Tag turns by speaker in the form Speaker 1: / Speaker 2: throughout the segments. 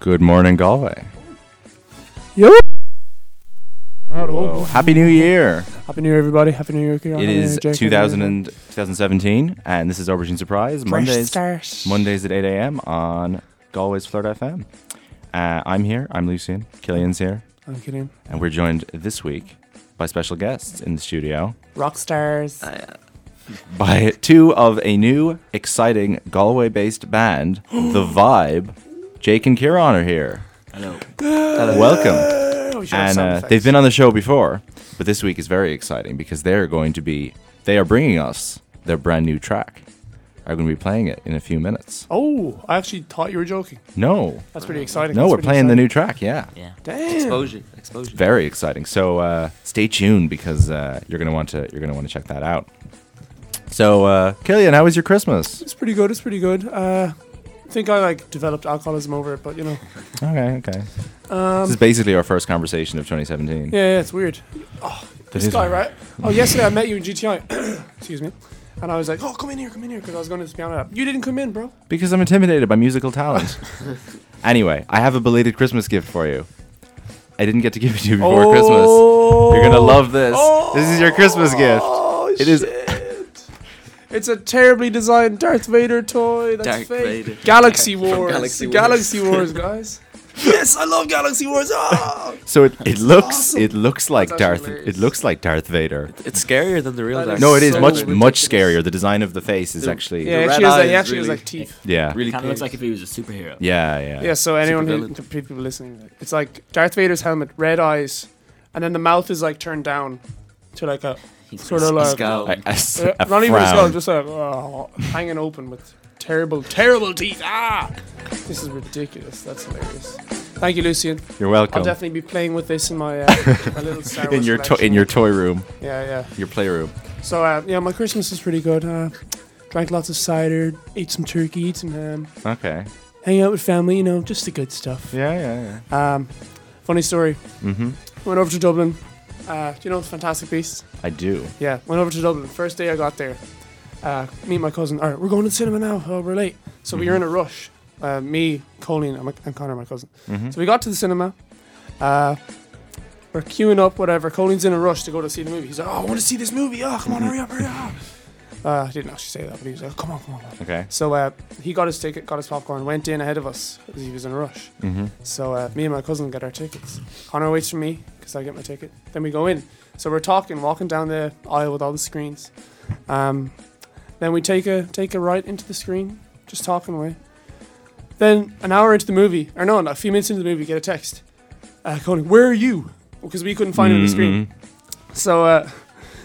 Speaker 1: Good morning, Galway.
Speaker 2: Yo!
Speaker 1: Whoa. Happy New Year!
Speaker 2: Happy New Year, everybody. Happy New Year, Kieran.
Speaker 1: It
Speaker 2: Happy New
Speaker 1: is
Speaker 2: Year, Jake.
Speaker 1: 2000 and 2017, and this is Aubergine Surprise Mondays.
Speaker 2: start.
Speaker 1: Mondays at 8 a.m. on Galway's Flirt FM. Uh, I'm here. I'm Lucian. Killian's here,
Speaker 2: I'm kidding.
Speaker 1: and we're joined this week by special guests in the studio
Speaker 2: Rock stars.
Speaker 3: Uh,
Speaker 1: by two of a new, exciting Galway-based band, The Vibe. Jake and Kieran are here.
Speaker 3: Hello.
Speaker 1: Welcome.
Speaker 2: Oh, sure,
Speaker 1: and
Speaker 2: sound
Speaker 1: uh,
Speaker 2: effects.
Speaker 1: they've been on the show before, but this week is very exciting because they're going to be they are bringing us their brand new track. Are going to be playing it in a few minutes.
Speaker 2: oh, I actually thought you were joking.
Speaker 1: No,
Speaker 2: That's pretty exciting.
Speaker 1: no,
Speaker 2: That's
Speaker 1: we're
Speaker 2: pretty
Speaker 1: playing the
Speaker 2: exciting.
Speaker 1: new track. Yeah,
Speaker 3: Yeah.
Speaker 2: Damn.
Speaker 3: Exposure. Exposure.
Speaker 1: very exciting. So uh, stay tuned because uh, you're going to want to you're going to want to check that out. So uh, Killian, how was your Christmas?
Speaker 2: It's pretty good. It's pretty good. Uh, I think I like developed alcoholism over it, but you know,
Speaker 1: Okay, okay. this is basically our first conversation of 2017.
Speaker 2: yeah, yeah it's weird.
Speaker 1: That
Speaker 2: This
Speaker 1: is
Speaker 2: guy,
Speaker 1: weird.
Speaker 2: right? Oh, yesterday I met you in GTI. Excuse me. And I was like, oh, come in here, come in here, because I was going to piano lab. You didn't come in, bro.
Speaker 1: Because I'm intimidated by musical talent. anyway, I have a belated Christmas gift for you. I didn't get to give it to you before Christmas. You're gonna love this. This is your Christmas gift.
Speaker 2: Oh,
Speaker 1: It is-
Speaker 2: shit. It's a terribly designed Darth Vader toy. That's
Speaker 3: Darth
Speaker 2: fake.
Speaker 3: Vader.
Speaker 2: Galaxy
Speaker 3: From
Speaker 2: Wars.
Speaker 3: Galaxy Wars.
Speaker 2: Galaxy Wars, guys. yes, I love Galaxy Wars. Ah!
Speaker 1: So it, it looks it looks like
Speaker 2: That's actually
Speaker 1: Darth
Speaker 2: hilarious.
Speaker 1: it looks like Darth Vader.
Speaker 3: It's scarier than the real
Speaker 2: That
Speaker 3: Dark
Speaker 2: is
Speaker 1: No, it is
Speaker 2: so
Speaker 1: much much
Speaker 2: ridiculous.
Speaker 1: scarier. The design of the face is actually
Speaker 2: yeah,
Speaker 3: red
Speaker 2: actually, has like,
Speaker 3: eye
Speaker 2: he
Speaker 3: is
Speaker 2: actually has
Speaker 3: really-
Speaker 2: like teeth.
Speaker 1: yeah.
Speaker 3: Really
Speaker 4: Kind of looks
Speaker 3: big.
Speaker 4: like if he was a superhero.
Speaker 1: Yeah, yeah.
Speaker 2: Yeah, so anyone who
Speaker 3: villain.
Speaker 2: the people listening, like, it's like Darth Vader's helmet, red eyes, and then the mouth is like turned down to like a
Speaker 3: He's
Speaker 2: sort of
Speaker 3: a
Speaker 2: like
Speaker 3: scowl.
Speaker 1: I- I s-
Speaker 2: Uh,
Speaker 1: a
Speaker 2: not even a skull,
Speaker 1: frown.
Speaker 2: just like oh, hanging open with terrible, terrible teeth. Ah, this is ridiculous. That's hilarious. Thank you, Lucian.
Speaker 1: You're
Speaker 2: I'll
Speaker 1: welcome.
Speaker 2: definitely be playing with this in my, uh, my little Star Wars
Speaker 1: in your to-
Speaker 2: collection.
Speaker 1: in your toy room,
Speaker 2: yeah, yeah.
Speaker 1: your playroom.
Speaker 2: So uh, yeah, my Christmas was pretty good. Uh, drank lots of cider, ate some turkey, ate some ham,
Speaker 1: Okay.
Speaker 2: hang out with family. You know, just the good stuff.
Speaker 1: Yeah, yeah,
Speaker 2: Um, funny story.
Speaker 1: yeah. Mhm.
Speaker 2: Went over to Dublin. Uh, do you know Fantastic Beasts?
Speaker 1: I do.
Speaker 2: Yeah, went over to Dublin. First day I got there, uh, me and my cousin, all right, we're going to the cinema now. Oh, we're late. So we were
Speaker 1: Mm-hmm.
Speaker 2: in a rush. Uh, me, Colleen, and, my, and Connor, my cousin.
Speaker 1: Mhm.
Speaker 2: So we got to the cinema. Uh, we're queuing up, whatever. Colleen's in a rush to go to see the movie. He's like, oh, I want to see this movie. Oh, come on, hurry up, hurry up. Uh, I didn't actually say that, but he was like, come on, come on. Come on.
Speaker 1: Okay.
Speaker 2: So uh, he got his ticket, got his popcorn, went in ahead of us 'cause he was in a rush.
Speaker 1: Mhm.
Speaker 2: So uh, me and my cousin get our tickets. Connor waits for me because I get my ticket. Then we go in. So we're talking, walking down the aisle with all the screens. Um, then we take a take a right into the screen, just talking away. Then an hour into the movie, or no, no, a few minutes into the movie, get a text. Uh, Conan, where are you? Because we couldn't find him on the screen.
Speaker 1: Mhm.
Speaker 2: So, uh,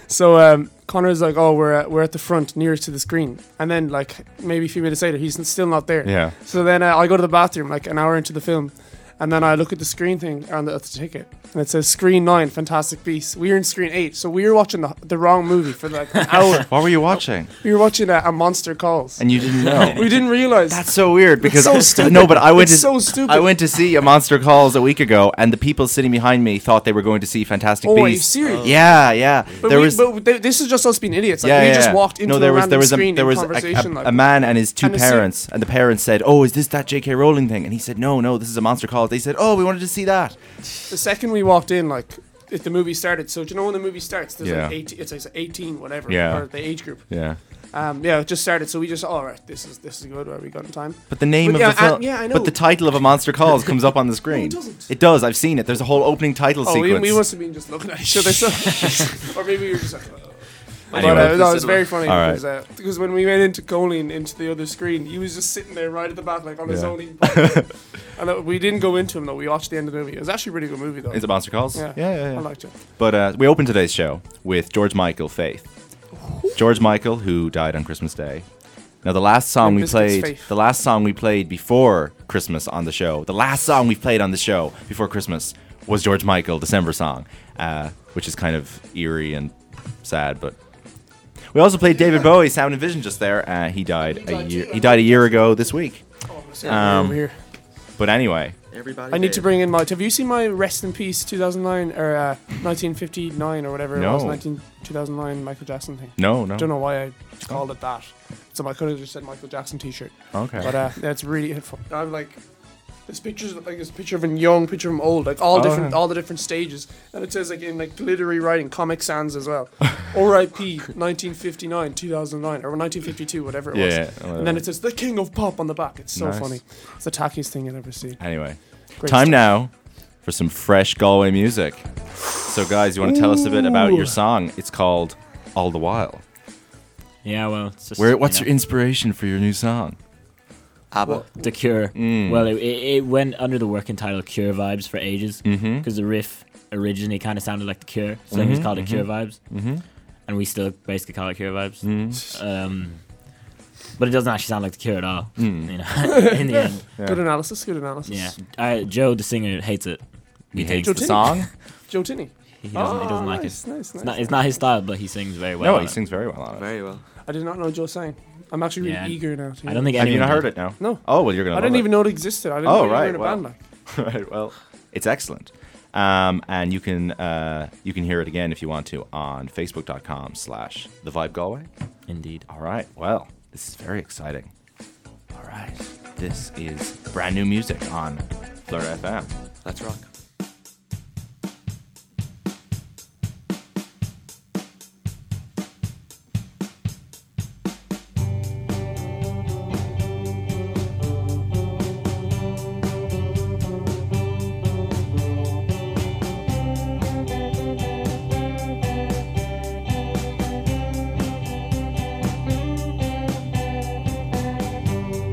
Speaker 2: so um, Connor's like, oh, we're at, we're at the front, nearest to the screen. And then like maybe a few minutes later, he's still not there.
Speaker 1: Yeah.
Speaker 2: So then uh, I go to the bathroom like an hour into the film, and then I look at the screen thing on the, at the ticket, and it says Screen Nine, Fantastic Beasts. We were in Screen Eight, so we were watching the, the wrong movie for like an hour.
Speaker 1: What were you watching?
Speaker 2: We were watching uh, a Monster Calls.
Speaker 1: And you didn't know.
Speaker 2: we didn't realize.
Speaker 1: That's so weird because
Speaker 2: so stupid.
Speaker 1: no, but I went
Speaker 2: It's
Speaker 1: to
Speaker 2: so stupid.
Speaker 1: I went to see a Monster Calls a week ago, and the people sitting behind me thought they were going to see Fantastic
Speaker 2: oh, are you
Speaker 1: Beasts.
Speaker 2: serious?
Speaker 1: Yeah, yeah.
Speaker 2: But,
Speaker 1: there
Speaker 2: we,
Speaker 1: was
Speaker 2: but th- this is just us being idiots. Like,
Speaker 1: yeah,
Speaker 2: we
Speaker 1: yeah,
Speaker 2: just
Speaker 1: yeah.
Speaker 2: walked into
Speaker 1: no, there
Speaker 2: a
Speaker 1: was
Speaker 2: random
Speaker 1: there was a
Speaker 2: screen
Speaker 1: there
Speaker 2: in
Speaker 1: was a,
Speaker 2: conversation.
Speaker 1: a,
Speaker 2: like
Speaker 1: a man and his two
Speaker 2: And a suit.
Speaker 1: parents, and the parents said, "Oh, is this that J.K. Rowling thing?" And he said, "No, no, this is a Monster Calls." They said, "Oh, we wanted to see that."
Speaker 2: the second we walked in, like if the movie started. So do you know when the movie starts? There's
Speaker 1: Yeah.
Speaker 2: like 18, it's like 18, whatever,
Speaker 1: Yeah.
Speaker 2: or the age group.
Speaker 1: Yeah.
Speaker 2: Um, yeah, it just started. So we just, all right, this is this is good. Are we got in time?
Speaker 1: But the name
Speaker 2: But
Speaker 1: of
Speaker 2: yeah,
Speaker 1: the film,
Speaker 2: and- yeah, I know.
Speaker 1: but the title of a Monster Calls comes up on the screen.
Speaker 2: doesn't.
Speaker 1: It does. I've seen it. There's a whole opening title
Speaker 2: Oh, we,
Speaker 1: sequence.
Speaker 2: we must have been just looking at each other, so or maybe we were just like. "Oh." But,
Speaker 1: Anyway.
Speaker 2: uh, no, it was very funny
Speaker 1: All right.
Speaker 2: because, uh, because when we went into Goaling into the other screen, he was just sitting there right at the back, like on his
Speaker 1: Yeah.
Speaker 2: own. eating popcorn. and uh, we didn't go into him though. We watched the end of the movie. It was actually a really good movie though.
Speaker 1: is it Monster Calls?
Speaker 2: yeah.
Speaker 1: yeah, yeah.
Speaker 2: I liked it.
Speaker 1: But uh, we open today's show with George Michael Faith. George Michael, who died on Christmas Day. Now the last song
Speaker 2: Limp
Speaker 1: we
Speaker 2: Bizkit's
Speaker 1: played,
Speaker 2: Faith.
Speaker 1: the last song we played before Christmas on the show, the last song we played on the show before Christmas was George Michael December song, uh, which is kind of eerie and sad. But we also played David Bowie Sound and Vision just there. Uh, he died a year. He died a year ago this week.
Speaker 2: Oh, I'm sorry,
Speaker 1: Um,
Speaker 2: over here.
Speaker 1: But anyway,
Speaker 3: Everybody.
Speaker 2: I need
Speaker 3: did.
Speaker 2: to bring in my. Have you seen my Rest in Peace 2009 or uh, 1959 or whatever it
Speaker 1: No.
Speaker 2: was? 19, 2009 Michael Jackson thing.
Speaker 1: no, no.
Speaker 2: I don't know why I called it that. So I could have just said Michael Jackson T-shirt.
Speaker 1: Okay.
Speaker 2: But uh, that's really. I've like There's pictures of, like there's a picture of an young, picture of an old, like all
Speaker 1: Oh,
Speaker 2: different,
Speaker 1: yeah.
Speaker 2: all the different stages, and it says like in like glittery writing, Comic Sans as well, R.I.P. 1959, 2009, or 1952, whatever it
Speaker 1: Yeah,
Speaker 2: was.
Speaker 1: yeah, whatever.
Speaker 2: and then it says the King of Pop on the back. It's so
Speaker 1: Nice.
Speaker 2: funny. It's the tackiest thing you'll ever see.
Speaker 1: Anyway,
Speaker 2: Great
Speaker 1: time
Speaker 2: stuff.
Speaker 1: now for some fresh Galway music. So, guys, you want to tell us a bit about your song? It's called All the While.
Speaker 4: Yeah, well, it's just,
Speaker 1: Where, what's
Speaker 4: you
Speaker 1: your
Speaker 4: know,
Speaker 1: inspiration for your new song?
Speaker 3: ABBA.
Speaker 4: The Cure.
Speaker 1: Mm.
Speaker 4: Well, it, it, it went under the working title Cure Vibes for ages because
Speaker 1: Mm-hmm.
Speaker 4: the riff originally kind of sounded like The Cure, so then it was called it Cure Vibes,
Speaker 1: Mm-hmm. Mm.
Speaker 4: and we still basically call it Cure Vibes.
Speaker 1: Hmm?
Speaker 4: Um, but it doesn't actually sound like The Cure at all.
Speaker 1: Mm.
Speaker 4: You know, in the end,
Speaker 2: Good analysis. Good analysis.
Speaker 4: yeah. I, Joe, the singer, hates it.
Speaker 1: He
Speaker 4: We
Speaker 1: hates
Speaker 4: hate
Speaker 1: the
Speaker 2: Joe Tinney.
Speaker 1: song.
Speaker 2: Joe Tinney. Oh,
Speaker 4: He doesn't, he doesn't like it.
Speaker 2: nice, Nice, nice,
Speaker 4: It's not, it's not his style, but he sings very well.
Speaker 1: No,
Speaker 4: on
Speaker 1: he
Speaker 4: it.
Speaker 1: sings very well on it.
Speaker 3: Very well.
Speaker 2: I did not know Joe sang. I'm actually really
Speaker 4: Yeah.
Speaker 2: eager now. To
Speaker 4: I don't think
Speaker 1: Have
Speaker 4: anyone
Speaker 1: you not
Speaker 4: did.
Speaker 1: heard it now?
Speaker 2: No.
Speaker 1: Oh well, you're gonna.
Speaker 2: I didn't
Speaker 1: love
Speaker 2: even know it existed. I didn't
Speaker 1: Oh,
Speaker 2: know you were
Speaker 1: right,
Speaker 2: in a
Speaker 1: well.
Speaker 2: band like.
Speaker 1: it. right. Well, it's excellent. Um, and you can uh, you can hear it again if you want to on Facebook.com/slash The Vibe Galway.
Speaker 4: Indeed.
Speaker 1: All right. Well, this is very exciting. All right. This is brand new music on Fleur FM.
Speaker 3: Let's rock.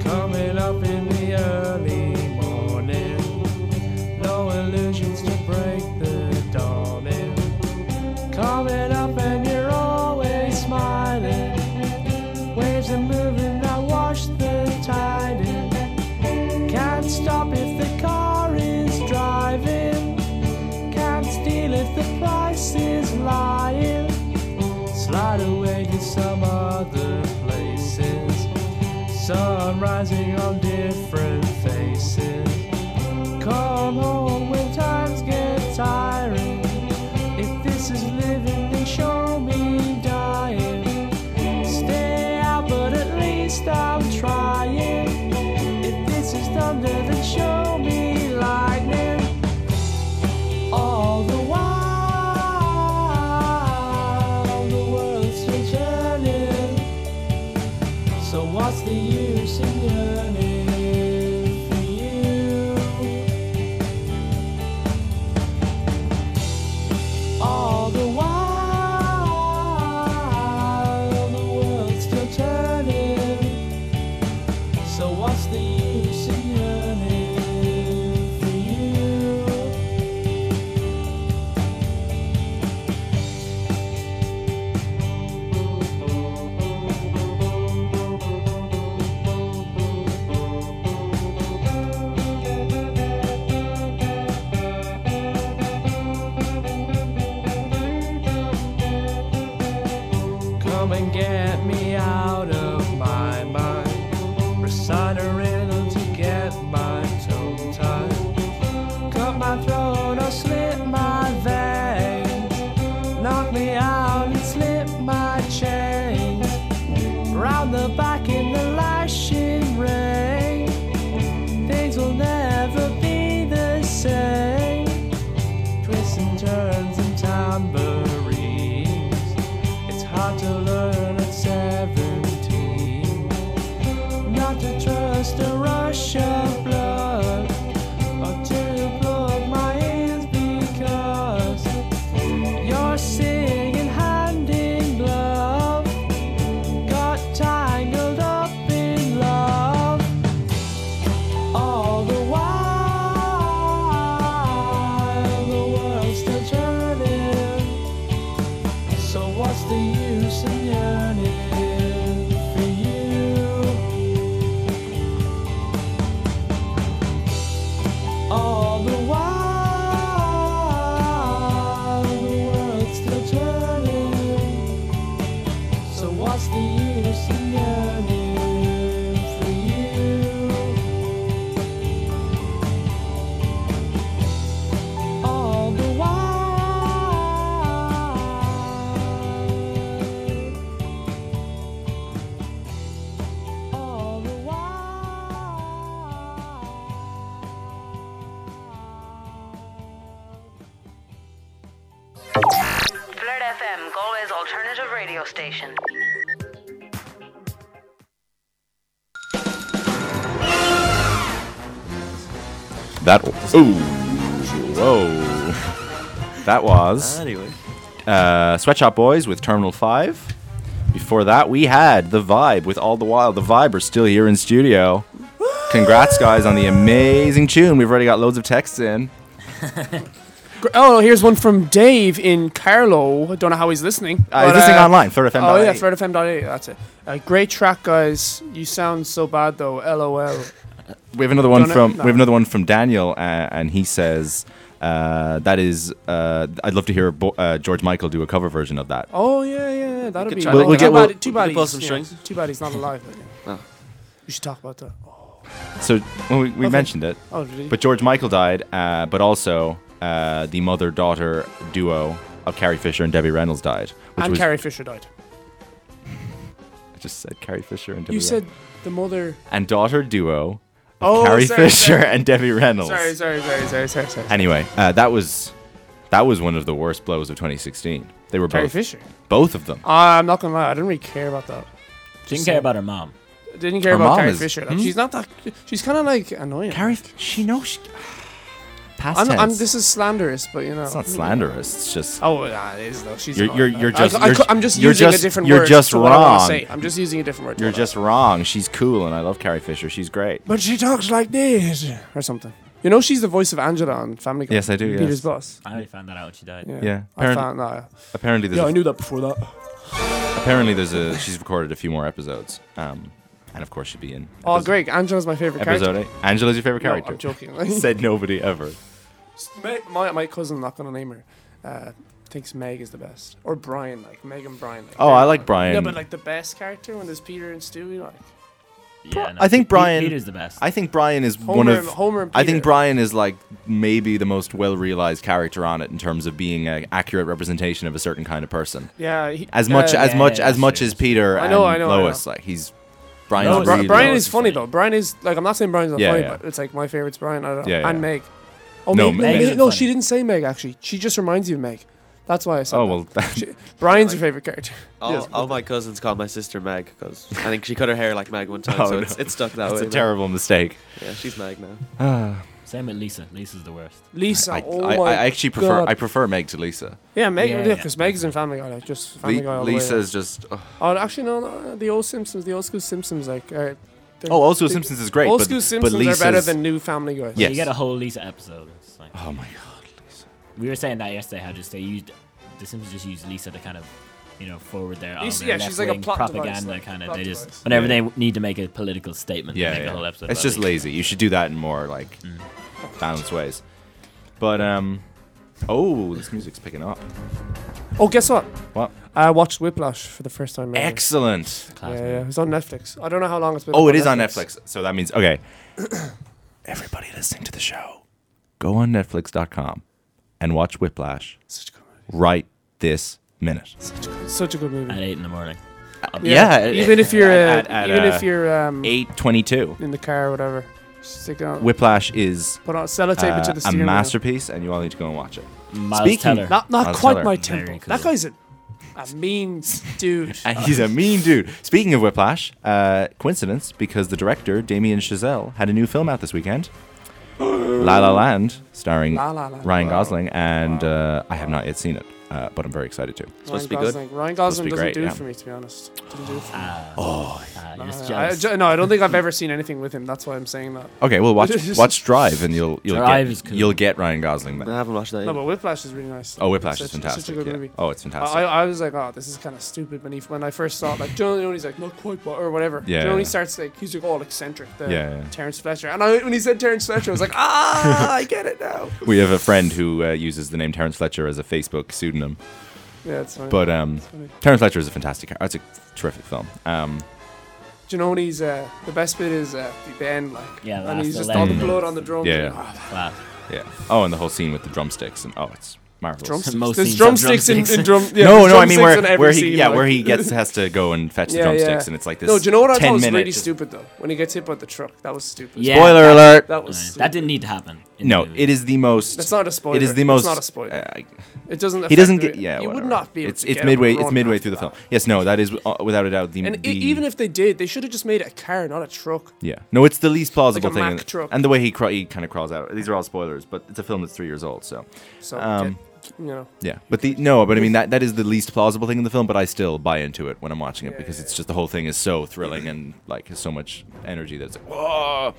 Speaker 5: Coming up in the early morning. No illusions to break the dawning. Coming up and you're always smiling. Waves are moving that wash the tide in. Can't stop if the car is driving. Can't steal if the price is lying. Slide away to some other places. Sun rising on different faces. Come home when times get tiring. If this is living, then show me dying. Stay out, but at least I'm trying. If this is thunder, then show me lightning. All the while, the world's been turning. So what's the use in yearning for you? All the while the world's still turning. So what's the use in yearning for you? Come and get me out of my mind. Recite a riddle to get my tongue tied. Cut my throat or slit my veins. Knock me out and slip my chains. Round the back in the lashing rain. Things will never be the same. Twists and turns and tambourines. It's hard to learn at 17. Not to trust a rush of blood. Or to plug my ears because you're singing hand in glove. Got tangled up in love. All the while, the world's still turning. So what's the use in yearning for you? All the while the world's still turning. So what's the use in yearning for you? All the while.
Speaker 6: Flirt FM, Galway's alternative radio station.
Speaker 1: That was. Ooh. Whoa. That was
Speaker 3: Anyway,
Speaker 1: uh, Sweatshop Boys with Terminal 5. Before that, we had The Vibe with All the While. The Vibe are still here in studio. Congrats, guys, on the amazing tune. We've already got loads of texts in.
Speaker 2: Gr- Oh, here's one from Dave in Carlow. I don't know how he's listening.
Speaker 1: Uh,
Speaker 2: but,
Speaker 1: is this thing
Speaker 2: uh,
Speaker 1: online? FlirtFM.ie.
Speaker 2: Oh yeah, flirtfm.ie. That's it. Uh, great track, guys. You sound so bad though. LOL.
Speaker 1: We have another one
Speaker 2: Don't know-
Speaker 1: from
Speaker 2: no.
Speaker 1: we have another one from Daniel, uh, and he says uh, that is. Uh, I'd love to hear Bo- uh, George Michael do a cover version of that.
Speaker 2: Oh yeah, yeah. yeah, That'll
Speaker 3: could
Speaker 2: be.
Speaker 3: try
Speaker 1: We'll- we'll
Speaker 2: too
Speaker 1: get-
Speaker 2: bad.
Speaker 1: we'll-
Speaker 2: too
Speaker 3: we
Speaker 2: bad.
Speaker 3: could pull
Speaker 2: he's,
Speaker 3: some
Speaker 2: you know,
Speaker 3: strings.
Speaker 2: too bad he's not alive. But, yeah.
Speaker 1: Oh.
Speaker 3: No.
Speaker 2: We should talk about that. Oh,
Speaker 1: So well, we, we
Speaker 2: Okay.
Speaker 1: mentioned it,
Speaker 2: oh did he?
Speaker 1: but George Michael died, uh, but also uh, the mother daughter duo of Carrie Fisher and Debbie Reynolds died. Which
Speaker 2: and
Speaker 1: was, Oh,
Speaker 2: Carrie Fisher died.
Speaker 1: I just said Carrie Fisher and Debbie.
Speaker 2: You said
Speaker 1: Reynolds.
Speaker 2: the mother.
Speaker 1: and daughter duo of
Speaker 2: Oh,
Speaker 1: Carrie
Speaker 2: sorry,
Speaker 1: Fisher
Speaker 2: sorry.
Speaker 1: and Debbie Reynolds.
Speaker 2: Sorry, sorry, sorry, sorry, sorry, sorry.
Speaker 1: Anyway, uh, that was that was one of the worst blows of 2016. They were
Speaker 2: Carrie
Speaker 1: both
Speaker 2: Fisher.
Speaker 1: both of them.
Speaker 2: Uh, I'm not gonna lie. I didn't really care about that.
Speaker 4: Didn't care about her mom.
Speaker 2: Didn't care
Speaker 1: Her
Speaker 2: about
Speaker 1: mom
Speaker 2: Carrie
Speaker 1: is-
Speaker 2: Fisher. Like,
Speaker 1: Hmm?
Speaker 2: She's not that. She's kind of like annoying.
Speaker 1: Carrie, she knows. She, past
Speaker 2: I'm, I'm,
Speaker 1: tense.
Speaker 2: this is slanderous, but you know.
Speaker 1: It's not slanderous. It's just
Speaker 2: Oh, nah, it is though. She's
Speaker 1: You're-
Speaker 2: annoying.
Speaker 1: you're- you're
Speaker 2: I-
Speaker 1: just-
Speaker 2: I,
Speaker 1: you're-
Speaker 2: am just
Speaker 1: you're
Speaker 2: using
Speaker 1: just-
Speaker 2: a different
Speaker 1: you're
Speaker 2: word.
Speaker 1: just
Speaker 2: to what I wanna
Speaker 1: wrong.
Speaker 2: say. I'm just using a different word. to
Speaker 1: you're
Speaker 2: what I-
Speaker 1: just wrong. She's cool, and I love Carrie Fisher. She's great.
Speaker 2: But she talks like this or something. You know, she's the voice of Angela on Family Guy.
Speaker 1: Yes, I do,
Speaker 2: Peter's
Speaker 1: yes.
Speaker 2: boss.
Speaker 4: I already found that out when she died.
Speaker 2: Yeah.
Speaker 1: Yeah,
Speaker 2: I
Speaker 1: apparent-
Speaker 2: found that.
Speaker 1: Apparently, there's
Speaker 2: Yeah,
Speaker 1: a-
Speaker 2: I knew that before that.
Speaker 1: apparently there's a she's recorded a few more episodes. Um, and of course she'd be in.
Speaker 2: Oh,
Speaker 1: episode-
Speaker 2: great. Angela's my favorite
Speaker 1: Episode
Speaker 2: character.
Speaker 1: eight. Angela's your favorite
Speaker 2: No,
Speaker 1: character.
Speaker 2: I'm joking.
Speaker 1: Said nobody ever.
Speaker 2: my, my, my cousin, not gonna name her, uh, thinks Meg is the best, or Brian, like Meg and Brian. Like,
Speaker 1: Oh, I like Brian.
Speaker 2: Yeah, but like the best character when there's Peter and Stewie, like
Speaker 4: Yeah, no,
Speaker 1: I think
Speaker 4: Pe-
Speaker 1: Brian-
Speaker 4: Peter's the best.
Speaker 1: I think Brian is one
Speaker 2: Homer
Speaker 1: of.
Speaker 2: and- Homer and
Speaker 1: I think
Speaker 2: Peter.
Speaker 1: Brian is like maybe the most well realized character on it in terms of being an accurate representation of a certain kind of person.
Speaker 2: yeah. He,
Speaker 1: As much
Speaker 2: uh,
Speaker 1: as
Speaker 4: yeah,
Speaker 1: much
Speaker 4: yeah,
Speaker 1: as much
Speaker 4: sure.
Speaker 1: as Peter
Speaker 2: I know,
Speaker 1: and
Speaker 2: I know, I know.
Speaker 1: Lois, like he's Brian's.
Speaker 4: Lois-
Speaker 2: Bri-
Speaker 1: really
Speaker 2: Brian
Speaker 1: low.
Speaker 2: is funny though. Brian is like I'm not saying Brian's not
Speaker 1: Yeah,
Speaker 2: funny,
Speaker 1: yeah.
Speaker 2: but it's like my favorite's Brian. I don't know.
Speaker 1: Yeah,
Speaker 2: And
Speaker 1: yeah.
Speaker 2: Meg. Oh,
Speaker 1: No,
Speaker 2: no,
Speaker 1: Meg
Speaker 4: isn't
Speaker 2: no,
Speaker 4: funny.
Speaker 2: she didn't say Meg actually. She just reminds you of Meg. That's why I said.
Speaker 1: Oh
Speaker 2: that.
Speaker 1: well,
Speaker 2: She- Brian's your favorite character.
Speaker 3: all,
Speaker 2: Yes.
Speaker 3: all my cousins call my sister Meg because I think she cut her hair like Meg one time,
Speaker 1: Oh,
Speaker 3: so
Speaker 1: no.
Speaker 3: it's, it's stuck that
Speaker 1: that's
Speaker 3: way.
Speaker 1: a
Speaker 3: now.
Speaker 1: terrible mistake.
Speaker 3: Yeah, she's Meg now.
Speaker 4: Same with Lisa. Lisa's the worst.
Speaker 2: Lisa.
Speaker 1: I,
Speaker 2: oh
Speaker 1: I,
Speaker 2: my
Speaker 1: I actually prefer
Speaker 2: God.
Speaker 1: I prefer Meg to Lisa.
Speaker 2: yeah, Meg.
Speaker 4: Yeah,
Speaker 2: Yeah,
Speaker 4: yeah.
Speaker 2: because Meg's in Family Guy. Like, just Family Guy.
Speaker 1: Le-
Speaker 2: all the way.
Speaker 1: Lisa is just oh,
Speaker 2: Oh, actually, no, no. The old Simpsons. The old school Simpsons. Like. Uh, they're-
Speaker 1: oh old school
Speaker 2: they-
Speaker 1: Simpsons is great.
Speaker 2: Old
Speaker 1: but,
Speaker 2: school
Speaker 1: but
Speaker 2: Simpsons
Speaker 1: Lisa's-
Speaker 2: are better than new Family Guys.
Speaker 1: Yeah.
Speaker 4: You get a whole Lisa episode. It's like,
Speaker 1: Oh my god, Lisa.
Speaker 4: we were saying that yesterday. How just they used the Simpsons just used Lisa to kind of, you know, forward their, on
Speaker 2: Lisa- yeah,
Speaker 4: their
Speaker 2: she's like a
Speaker 4: left-wing
Speaker 2: plot device,
Speaker 4: propaganda
Speaker 2: like,
Speaker 4: kind of.
Speaker 2: plot
Speaker 4: They just
Speaker 2: device.
Speaker 4: whenever
Speaker 1: Yeah.
Speaker 4: they need to make a political statement, they
Speaker 1: Yeah,
Speaker 4: make
Speaker 1: yeah.
Speaker 4: a whole episode.
Speaker 1: it's
Speaker 4: about Mm.
Speaker 1: just
Speaker 4: Lisa.
Speaker 1: lazy. You should do that in more like balanced ways. But um, oh, this music's picking up.
Speaker 2: Oh, guess what?
Speaker 1: What?
Speaker 4: Oh.
Speaker 2: I watched Whiplash for the first time. ever.
Speaker 1: Excellent.
Speaker 2: Yeah,
Speaker 4: Class
Speaker 2: yeah. It's on Netflix. I don't know how long it's been.
Speaker 1: Oh, it is on Netflix. So that means okay. Everybody listening to the show, go on Netflix.com and watch Whiplash
Speaker 2: Such a good movie.
Speaker 1: right this minute.
Speaker 2: Such a good movie.
Speaker 4: at eight in the morning.
Speaker 1: Yeah, it-
Speaker 2: even if you're
Speaker 1: at-
Speaker 2: uh,
Speaker 1: at- at,
Speaker 2: even
Speaker 1: uh,
Speaker 2: if you're um,
Speaker 1: Eight twenty-two.
Speaker 2: in the car or whatever, stick it on.
Speaker 1: Whiplash is
Speaker 2: Put on sellotape it
Speaker 1: uh,
Speaker 2: to the
Speaker 1: a
Speaker 2: steering wheel.
Speaker 1: masterpiece, and you all need to go and watch it.
Speaker 4: Miles
Speaker 1: Speaking-
Speaker 4: Teller.
Speaker 2: Not not
Speaker 1: Miles
Speaker 2: quite
Speaker 1: Teller.
Speaker 2: my
Speaker 4: Very
Speaker 2: tempo.
Speaker 4: cool.
Speaker 2: That guy's a, a mean s- dude.
Speaker 1: And he's a mean dude. Speaking of Whiplash, uh, coincidence because the director Damien Chazelle had a new film out this weekend, La La Land, starring
Speaker 2: La La Land.
Speaker 1: Ryan Gosling, and uh, I have not yet seen it, uh, but I'm very excited to.
Speaker 2: Ryan
Speaker 3: supposed to be good.
Speaker 2: Gosling. Ryan
Speaker 1: to
Speaker 2: Gosling
Speaker 1: be
Speaker 2: doesn't
Speaker 1: great,
Speaker 2: do
Speaker 1: yeah.
Speaker 2: it for me, to be honest. Didn't do it for me.
Speaker 4: Ah, oh, you're just
Speaker 2: I- I
Speaker 4: jealous.
Speaker 2: ju- no, I don't think I've ever seen anything with him. That's why I'm saying that.
Speaker 1: Okay, well watch watch Drive, and you'll you'll
Speaker 4: Drive is
Speaker 1: get
Speaker 4: cool.
Speaker 1: you'll get Ryan Gosling.
Speaker 3: I
Speaker 1: Then.
Speaker 3: haven't watched that
Speaker 2: No,
Speaker 3: yet.
Speaker 2: but Whiplash is really nice.
Speaker 1: Oh, Whiplash is
Speaker 2: Such-
Speaker 1: fantastic.
Speaker 2: Such a good
Speaker 1: yeah.
Speaker 2: movie.
Speaker 1: Oh, it's fantastic.
Speaker 2: I, I was like, oh, this is kind of stupid. But he, when I first saw it, like, John, you know, when he's like, not quite, but, or whatever.
Speaker 1: Yeah,
Speaker 2: You know, when
Speaker 1: yeah.
Speaker 2: he starts, like, he's like all eccentric. The
Speaker 1: Yeah, yeah.
Speaker 2: Terrence Fletcher. And I, when he said Terrence Fletcher, I was like, ah, I get it now.
Speaker 1: we have a friend who uh, uses the name Terrence Fletcher as a Facebook pseudonym.
Speaker 2: Yeah, it's funny.
Speaker 1: But um,
Speaker 2: funny.
Speaker 1: Terrence Fletcher is a fantastic. char- It's a terrific film. Um,
Speaker 2: Do you know when he's, uh, the best bit is uh, the- the end, like,
Speaker 4: Yeah,
Speaker 2: and
Speaker 4: that's
Speaker 2: he's
Speaker 4: the
Speaker 2: just all the
Speaker 1: last
Speaker 2: blood on the drum.
Speaker 1: Yeah, yeah.
Speaker 2: Ah,
Speaker 4: Class.
Speaker 1: yeah. Oh, and the whole scene with the drumsticks and oh, it's marvelous.
Speaker 2: drumsticks.
Speaker 4: Most
Speaker 2: There's
Speaker 4: scenes have
Speaker 2: drumsticks in, in
Speaker 4: drumsticks.
Speaker 2: drum. Yeah,
Speaker 1: no,
Speaker 2: there's
Speaker 1: no, I mean
Speaker 2: drumsticks
Speaker 1: where,
Speaker 2: in every
Speaker 1: where he
Speaker 2: scene,
Speaker 1: yeah
Speaker 2: like-
Speaker 1: where he gets has to go and fetch the drumsticks and it's like this.
Speaker 2: No, do you know what I
Speaker 1: 10
Speaker 2: thought was
Speaker 1: minute
Speaker 2: really
Speaker 1: just-
Speaker 2: stupid though? When he gets hit by the truck, that was stupid.
Speaker 4: Yeah.
Speaker 1: Spoiler alert!
Speaker 2: that was stupid.
Speaker 4: That didn't need to happen. in
Speaker 1: No,
Speaker 4: the movie.
Speaker 1: it is the most.
Speaker 2: That's not a spoiler.
Speaker 1: It is the
Speaker 2: That's
Speaker 1: most.
Speaker 2: not a spoiler.
Speaker 1: uh, I-
Speaker 2: It doesn't.
Speaker 1: he
Speaker 2: affect
Speaker 1: doesn't
Speaker 2: the-
Speaker 1: get. Yeah,
Speaker 2: you
Speaker 1: whatever.
Speaker 2: would not be. Able
Speaker 1: It's
Speaker 2: to
Speaker 1: it's
Speaker 2: get
Speaker 1: midway.
Speaker 2: a
Speaker 1: It's
Speaker 2: run
Speaker 1: midway
Speaker 2: after
Speaker 1: through the
Speaker 2: that.
Speaker 1: film. Yes, no, that is uh, without a doubt the.
Speaker 2: And i
Speaker 1: the
Speaker 2: even if they did, they should have just made it a car, not a truck.
Speaker 1: Yeah. No, it's the least plausible
Speaker 2: Like a
Speaker 1: thing.
Speaker 2: Mack
Speaker 1: and-
Speaker 2: truck.
Speaker 1: And the way he, craw- he kind of crawls out. These are all spoilers, but it's a film that's three years old, so.
Speaker 2: So
Speaker 1: Um,
Speaker 2: get- you know,
Speaker 1: Yeah. But the no, but I mean that that is the least plausible thing in the film, but I still buy into it when I'm watching it
Speaker 2: Yeah,
Speaker 1: because
Speaker 2: yeah,
Speaker 1: it's just the whole thing is so thrilling and like has so much energy that it's like whoa.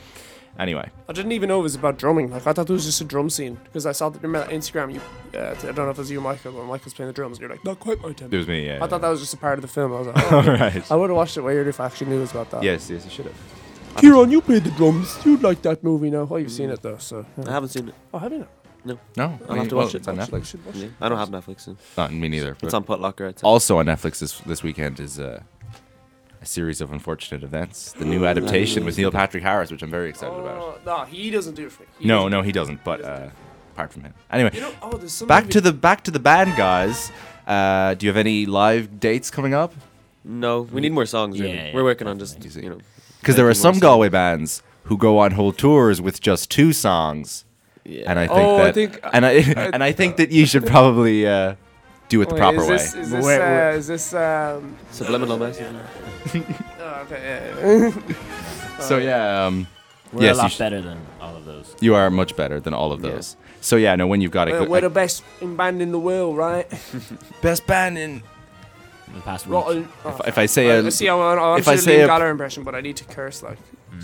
Speaker 1: Anyway,
Speaker 2: I didn't even know it was about drumming. Like I thought it was just a drum scene because I saw that remember that Instagram. You, uh, I don't know if it was you, Michael, when Michael's playing the drums. And you're like, not quite my
Speaker 1: it
Speaker 2: tempo.
Speaker 1: was me. Yeah.
Speaker 2: I thought that was just a part of the film. I was like, oh,
Speaker 1: All right.
Speaker 2: I would have watched it way earlier if I actually knew it was about that.
Speaker 1: Yes, yes, you should have.
Speaker 2: Kieran, you played the drums. You'd like that movie now. Oh, you've seen it though, so.
Speaker 3: I haven't seen it.
Speaker 2: Oh, have you not?
Speaker 1: No,
Speaker 3: I'll have to
Speaker 1: well,
Speaker 3: watch it.
Speaker 1: It's on
Speaker 2: Actually, we
Speaker 1: Netflix.
Speaker 2: should watch it.
Speaker 3: I don't have Netflix. So.
Speaker 1: Not me neither.
Speaker 3: It's
Speaker 1: but-
Speaker 3: on Putlocker. It's
Speaker 1: Also on Netflix this this weekend is uh, a series of unfortunate events. The new adaptation with Neil Patrick Harris, which I'm very excited about.
Speaker 2: Oh, no, he doesn't do it for me. He
Speaker 1: No,
Speaker 2: doesn't-
Speaker 1: no, he doesn't. But uh, apart from him, anyway.
Speaker 2: You know, oh, there's some
Speaker 1: back
Speaker 2: movie-
Speaker 1: to the back to the band, guys. Uh, do you have any live dates coming up?
Speaker 3: no, we need more songs. Really.
Speaker 4: Yeah, yeah,
Speaker 3: We're working on just
Speaker 4: definitely.
Speaker 3: you know.
Speaker 1: Because there are
Speaker 3: making more
Speaker 1: some Galway bands who go on whole tours with just two songs,
Speaker 3: Yeah.
Speaker 1: and I think
Speaker 2: Oh, I
Speaker 1: that
Speaker 2: think-
Speaker 1: and I and I think that you should probably uh, do it the
Speaker 2: Wait,
Speaker 1: proper
Speaker 2: Oh, is
Speaker 1: way.
Speaker 2: This, is this,
Speaker 4: Wait,
Speaker 2: uh,
Speaker 4: wait.
Speaker 2: is this um?
Speaker 3: subliminal message.
Speaker 2: Oh, okay, yeah, yeah.
Speaker 1: so yeah, um,
Speaker 4: We're
Speaker 1: yes,
Speaker 4: a
Speaker 1: you
Speaker 4: lot
Speaker 1: should-
Speaker 4: better than all of those.
Speaker 1: you are much better than all of
Speaker 3: Yeah.
Speaker 1: those. So yeah, no, when you've got a
Speaker 2: We're,
Speaker 1: good,
Speaker 2: we're
Speaker 1: a
Speaker 2: the best in band in the world, right?
Speaker 1: best band in
Speaker 4: in The past week.
Speaker 2: Rotten.
Speaker 1: If- if I say a-
Speaker 2: I oh. see, I want, I want
Speaker 1: if
Speaker 2: to
Speaker 1: I
Speaker 2: do a
Speaker 1: say
Speaker 2: Liam
Speaker 1: a- Mm.
Speaker 2: Gallagher impression, but I need to curse like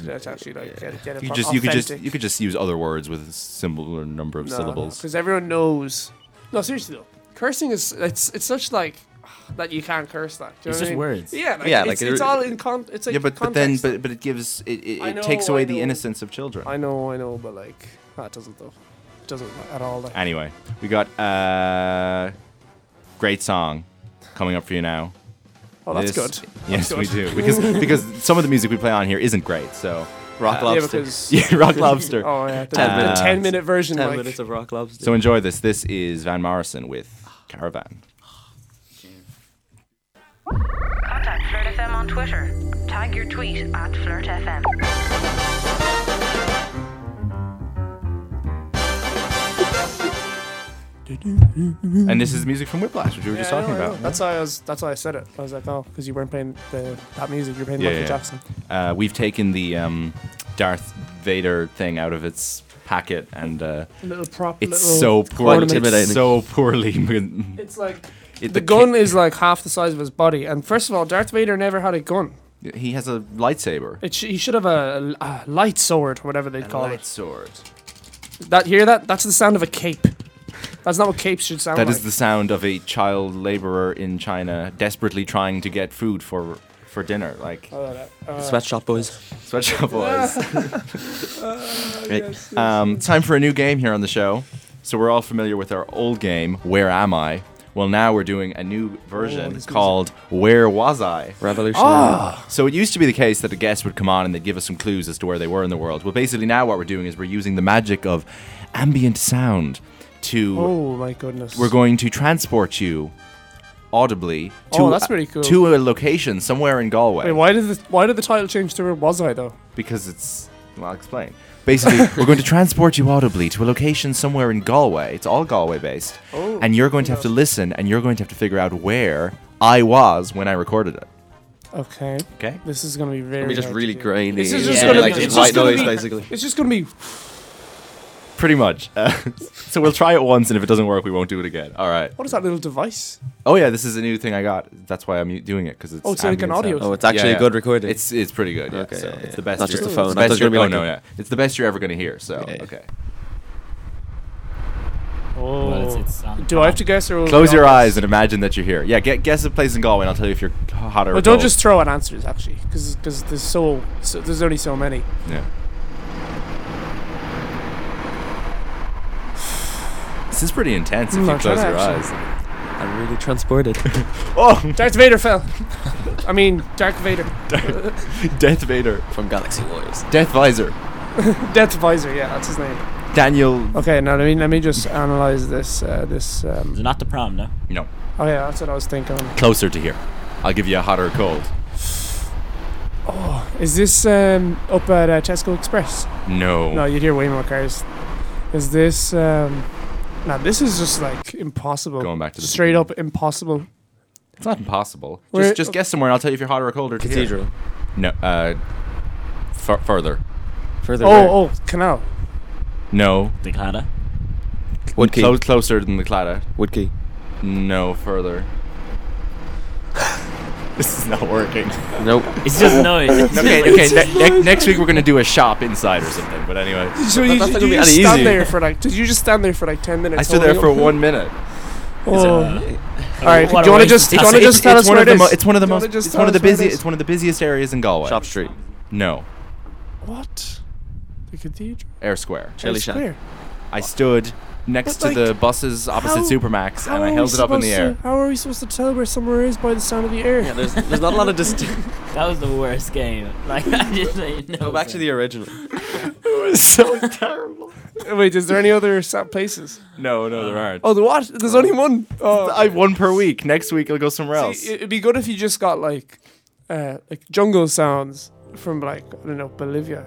Speaker 2: to actually like get, get it
Speaker 1: you
Speaker 2: pro-
Speaker 1: just you could just
Speaker 2: authentic.
Speaker 1: you could just use other words with a similar number of syllables.
Speaker 2: Because everyone knows. No, seriously though, cursing is it's it's such like that you can't curse that. Do you know what
Speaker 4: It's just
Speaker 2: I mean?
Speaker 4: words.
Speaker 2: Yeah, like,
Speaker 3: Yeah,
Speaker 2: it's,
Speaker 3: like,
Speaker 2: it's
Speaker 3: it-
Speaker 2: all in con. It's like
Speaker 1: yeah, but
Speaker 2: context.
Speaker 1: but then but but it gives it it,
Speaker 2: I
Speaker 1: it
Speaker 2: know,
Speaker 1: takes
Speaker 2: I
Speaker 1: away the
Speaker 2: know.
Speaker 1: innocence of children.
Speaker 2: I know, I know, but like that doesn't though. It doesn't at all. Like,
Speaker 1: Anyway, we got uh great song coming up for you now.
Speaker 2: oh, that's
Speaker 1: This-
Speaker 2: good.
Speaker 1: Yes,
Speaker 2: good.
Speaker 1: we do because because some of the music we play on here isn't great. So
Speaker 3: Rock
Speaker 2: Yeah,
Speaker 3: Lobster.
Speaker 2: because
Speaker 1: yeah, Rock Lobster.
Speaker 2: oh yeah, the,
Speaker 3: Ten
Speaker 2: the
Speaker 1: minutes.
Speaker 2: ten minute version.
Speaker 3: Ten
Speaker 2: like,
Speaker 3: minutes of Rock Lobster.
Speaker 1: So enjoy this. This is Van Morrison with Caravan.
Speaker 6: Contact Flirt FM on Twitter. Tag your tweet at Flirt FM.
Speaker 1: And this is music from Whiplash, which we were
Speaker 2: Yeah,
Speaker 1: just
Speaker 2: I
Speaker 1: talking
Speaker 2: know, I know.
Speaker 1: about.
Speaker 2: That's why I was. That's why I said it. I was like, oh, because you weren't playing the that music. You're playing
Speaker 1: Yeah,
Speaker 2: Michael
Speaker 1: yeah.
Speaker 2: Jackson.
Speaker 1: Uh, we've taken the um, Darth Vader thing out of its packet, and uh,
Speaker 2: A little prop.
Speaker 1: it's
Speaker 2: little
Speaker 1: so poorly,
Speaker 2: ornament.
Speaker 1: it's so poorly. it-
Speaker 2: It's like
Speaker 1: the
Speaker 2: the
Speaker 1: ca-
Speaker 2: gun is like half the size of his body. And first of all, Darth Vader never had a gun.
Speaker 1: he has a lightsaber.
Speaker 2: It sh- he should have a, a light sword, whatever they
Speaker 1: A
Speaker 2: call
Speaker 1: light sword.
Speaker 2: it. That hear that? That's the sound of a cape. That's not what capes should sound
Speaker 1: That
Speaker 2: like.
Speaker 1: is the sound of a child laborer in China desperately trying to get food for for dinner, like
Speaker 2: Oh, that- uh,
Speaker 3: Sweatshop Boys.
Speaker 1: sweatshop boys. Right.
Speaker 2: yes,
Speaker 1: um, time for a new game here on the show. So we're all familiar with our old game, Where Am I? Well, now we're doing a new version
Speaker 2: Oh, this
Speaker 1: called Where Was I?
Speaker 3: Revolution.
Speaker 2: Ah!
Speaker 1: So it used to be the case that a guest would come on and they'd give us some clues as to where they were in the world. Well, basically now what we're doing is we're using the magic of ambient sound to
Speaker 2: oh my goodness.
Speaker 1: we're going to transport you audibly to
Speaker 2: Oh, that's pretty cool.
Speaker 1: to a location somewhere in Galway
Speaker 2: Wait, why did the why did the title change to where was I though?
Speaker 1: because it's well, I'll explain. Basically, we're going to transport you audibly to a location somewhere in Galway. It's all Galway based.
Speaker 2: Oh,
Speaker 1: and you're going to have to listen and you're going to have to figure out where I was when I recorded it.
Speaker 2: Okay.
Speaker 1: Okay?
Speaker 2: This is gonna be very.
Speaker 3: Let me just
Speaker 2: hard
Speaker 3: really
Speaker 2: to do.
Speaker 3: grindy.
Speaker 2: This is
Speaker 3: and
Speaker 2: just
Speaker 4: Yeah,
Speaker 2: gonna
Speaker 4: like
Speaker 2: be.
Speaker 4: just
Speaker 2: It's
Speaker 3: white
Speaker 2: just gonna
Speaker 3: noise,
Speaker 2: be.
Speaker 3: basically.
Speaker 2: It's just gonna be.
Speaker 1: Pretty much. Uh, so we'll try it once and if it doesn't work, we won't do it again. All right.
Speaker 2: What is that little device?
Speaker 1: Oh yeah, this is a new thing I got. That's why I'm doing it because it's
Speaker 2: Oh, it's like an
Speaker 1: ambient
Speaker 2: audio
Speaker 1: sound.
Speaker 3: Oh, it's actually
Speaker 1: Yeah, yeah.
Speaker 3: a good recording.
Speaker 1: It's it's pretty good. Yeah.
Speaker 3: Okay,
Speaker 1: so
Speaker 3: yeah,
Speaker 1: it's
Speaker 3: yeah.
Speaker 1: the best.
Speaker 3: Not
Speaker 1: you're-
Speaker 3: just a
Speaker 1: it's
Speaker 3: phone. I thought
Speaker 1: Best
Speaker 3: it was
Speaker 1: you're,
Speaker 3: gonna be
Speaker 1: oh no,
Speaker 3: like a-
Speaker 1: yeah. It's the best you're ever gonna hear. So
Speaker 3: Yeah, yeah.
Speaker 1: okay.
Speaker 2: Oh.
Speaker 4: Well, it's- it's, um,
Speaker 2: do I have to guess or will
Speaker 1: Close
Speaker 2: we
Speaker 1: your
Speaker 2: all guess?
Speaker 1: eyes and imagine that you're here. Yeah, get, guess a place in Galway, and I'll tell you if you're hot or
Speaker 2: But don't
Speaker 1: cold.
Speaker 2: just throw out answers actually, because there's so, so there's only so many.
Speaker 1: Yeah. This is pretty intense if
Speaker 2: Mm,
Speaker 1: you
Speaker 2: I'm
Speaker 1: close
Speaker 2: trying
Speaker 1: your
Speaker 2: to
Speaker 1: eyes.
Speaker 2: actually-
Speaker 3: I'm really transported.
Speaker 1: Oh,
Speaker 2: Darth Vader fell. I mean, Darth Vader,
Speaker 1: Oh, Death Vader.
Speaker 3: From Galaxy Warriors.
Speaker 1: Death Visor.
Speaker 2: Death Visor. Yeah, that's his name.
Speaker 1: Daniel.
Speaker 2: Okay, now let me let me just analyze this. Uh, this. Um,
Speaker 4: They're not the prom, no.
Speaker 1: No.
Speaker 2: oh yeah, that's what I was thinking.
Speaker 1: Closer to here. I'll give you a hot or a cold.
Speaker 2: Is this um, up at uh, Tesco Express?
Speaker 1: No.
Speaker 2: No, you'd hear way more cars. Is this? Um, now this is just like impossible.
Speaker 1: Going back to the
Speaker 2: straight
Speaker 1: beginning.
Speaker 2: up impossible.
Speaker 1: It's not impossible.
Speaker 2: Where-
Speaker 1: just just guess somewhere, and I'll tell you if you're hotter or colder. to here.
Speaker 3: Cathedral.
Speaker 1: No. Uh, fur further.
Speaker 3: Further. where?
Speaker 2: Oh, oh, canal.
Speaker 1: No.
Speaker 4: Declata.
Speaker 3: Woodkey.
Speaker 1: Clo- closer than the Clada.
Speaker 3: Woodkey.
Speaker 1: No further. this is not working.
Speaker 3: Nope.
Speaker 4: It's just noise.
Speaker 1: okay, okay. Ne- ne- next week we're gonna do a shop inside or something. But anyway,
Speaker 2: So you,
Speaker 3: that's not
Speaker 2: did
Speaker 3: gonna
Speaker 2: you
Speaker 3: be
Speaker 2: just
Speaker 3: any
Speaker 2: stand
Speaker 3: easy.
Speaker 2: there for like? Did you just stand there for like ten minutes?
Speaker 1: I stood there for
Speaker 2: holding
Speaker 1: one minute.
Speaker 2: up- Oh.
Speaker 4: uh,
Speaker 2: All right.
Speaker 4: What
Speaker 2: do you
Speaker 4: a
Speaker 2: want to
Speaker 4: waste
Speaker 2: just?
Speaker 4: of
Speaker 2: Do you
Speaker 4: time.
Speaker 2: want to
Speaker 4: It's-
Speaker 2: just tell us
Speaker 1: one
Speaker 2: where
Speaker 1: of
Speaker 2: it
Speaker 1: the
Speaker 2: is?
Speaker 1: mo- it's one of the
Speaker 2: Do you wanna
Speaker 1: most.
Speaker 2: just
Speaker 1: It's one of the
Speaker 2: tell us where it
Speaker 1: busy.
Speaker 2: is?
Speaker 1: It's one of the busiest areas in Galway.
Speaker 3: Shop Street.
Speaker 1: No,
Speaker 2: What? The cathedral.
Speaker 1: Air Square.
Speaker 3: Chili
Speaker 2: It's
Speaker 3: Shack.
Speaker 2: clear.
Speaker 1: I stood next
Speaker 2: But,
Speaker 1: to the
Speaker 2: like,
Speaker 1: buses opposite
Speaker 2: how-
Speaker 1: Supermax, and I
Speaker 2: are
Speaker 1: held
Speaker 2: we
Speaker 1: it up in the
Speaker 2: supposed
Speaker 1: air.
Speaker 2: To, how are we supposed to tell where somewhere is by the sound of the air?
Speaker 3: Yeah, there's, there's not a lot of distinction.
Speaker 4: That was the worst game. Like I just like, no.
Speaker 3: Go back to the original.
Speaker 1: so terrible.
Speaker 2: Wait, is there any other sa- places?
Speaker 1: No, no, there aren't.
Speaker 2: Oh, the what? There's only one. Oh,
Speaker 1: I have one per week. Next week I'll go somewhere else.
Speaker 2: See, it'd be good if you just got like, uh, like jungle sounds from like I don't know Bolivia.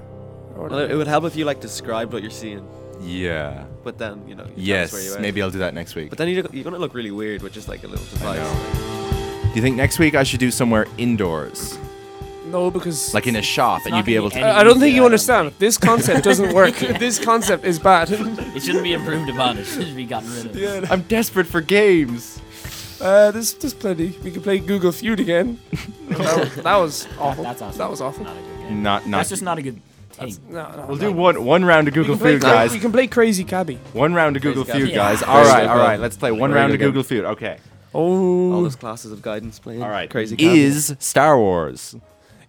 Speaker 2: Or
Speaker 3: Well, it would help if you like described what you're seeing,
Speaker 1: yeah.
Speaker 3: but then you know. you- that's where you
Speaker 1: Yes.
Speaker 3: are.
Speaker 1: Maybe I'll do that next week.
Speaker 3: But then you're, you're gonna look really weird with just like a little
Speaker 1: I
Speaker 3: device.
Speaker 1: know. Do you think next week I should do somewhere indoors,
Speaker 2: no, because
Speaker 1: like in a shop, and
Speaker 4: not
Speaker 1: you'd be
Speaker 4: gonna
Speaker 1: able
Speaker 4: be
Speaker 1: to?
Speaker 4: any-
Speaker 2: I I don't think
Speaker 4: Yeah,
Speaker 2: you
Speaker 4: I
Speaker 2: understand. This concept doesn't work. This concept is bad.
Speaker 4: It shouldn't be improved upon. It should be gotten rid of.
Speaker 1: I'm desperate for games.
Speaker 2: Uh, there's there's plenty. We could play Google Feud again. that, that was awful.
Speaker 4: That's awesome.
Speaker 2: That was awful.
Speaker 4: Not a good game.
Speaker 1: Not, not.
Speaker 4: That's just not a good thing.
Speaker 2: No, no.
Speaker 1: we'll do one one round of Google
Speaker 2: we, can play,
Speaker 1: Feud, guys.
Speaker 2: we can play Crazy Cabby.
Speaker 1: One round of Google
Speaker 3: Crazy
Speaker 1: Feud,
Speaker 4: guy.
Speaker 1: guys.
Speaker 4: Yeah.
Speaker 1: All
Speaker 3: Crazy
Speaker 1: right, all
Speaker 3: guy.
Speaker 1: right. Let's play one
Speaker 3: Very
Speaker 1: round of
Speaker 3: good
Speaker 1: Google Feud. Okay.
Speaker 3: All
Speaker 2: Oh,
Speaker 3: those classes of guidance playing.
Speaker 1: All right.
Speaker 3: Crazy.
Speaker 1: Is Star Wars?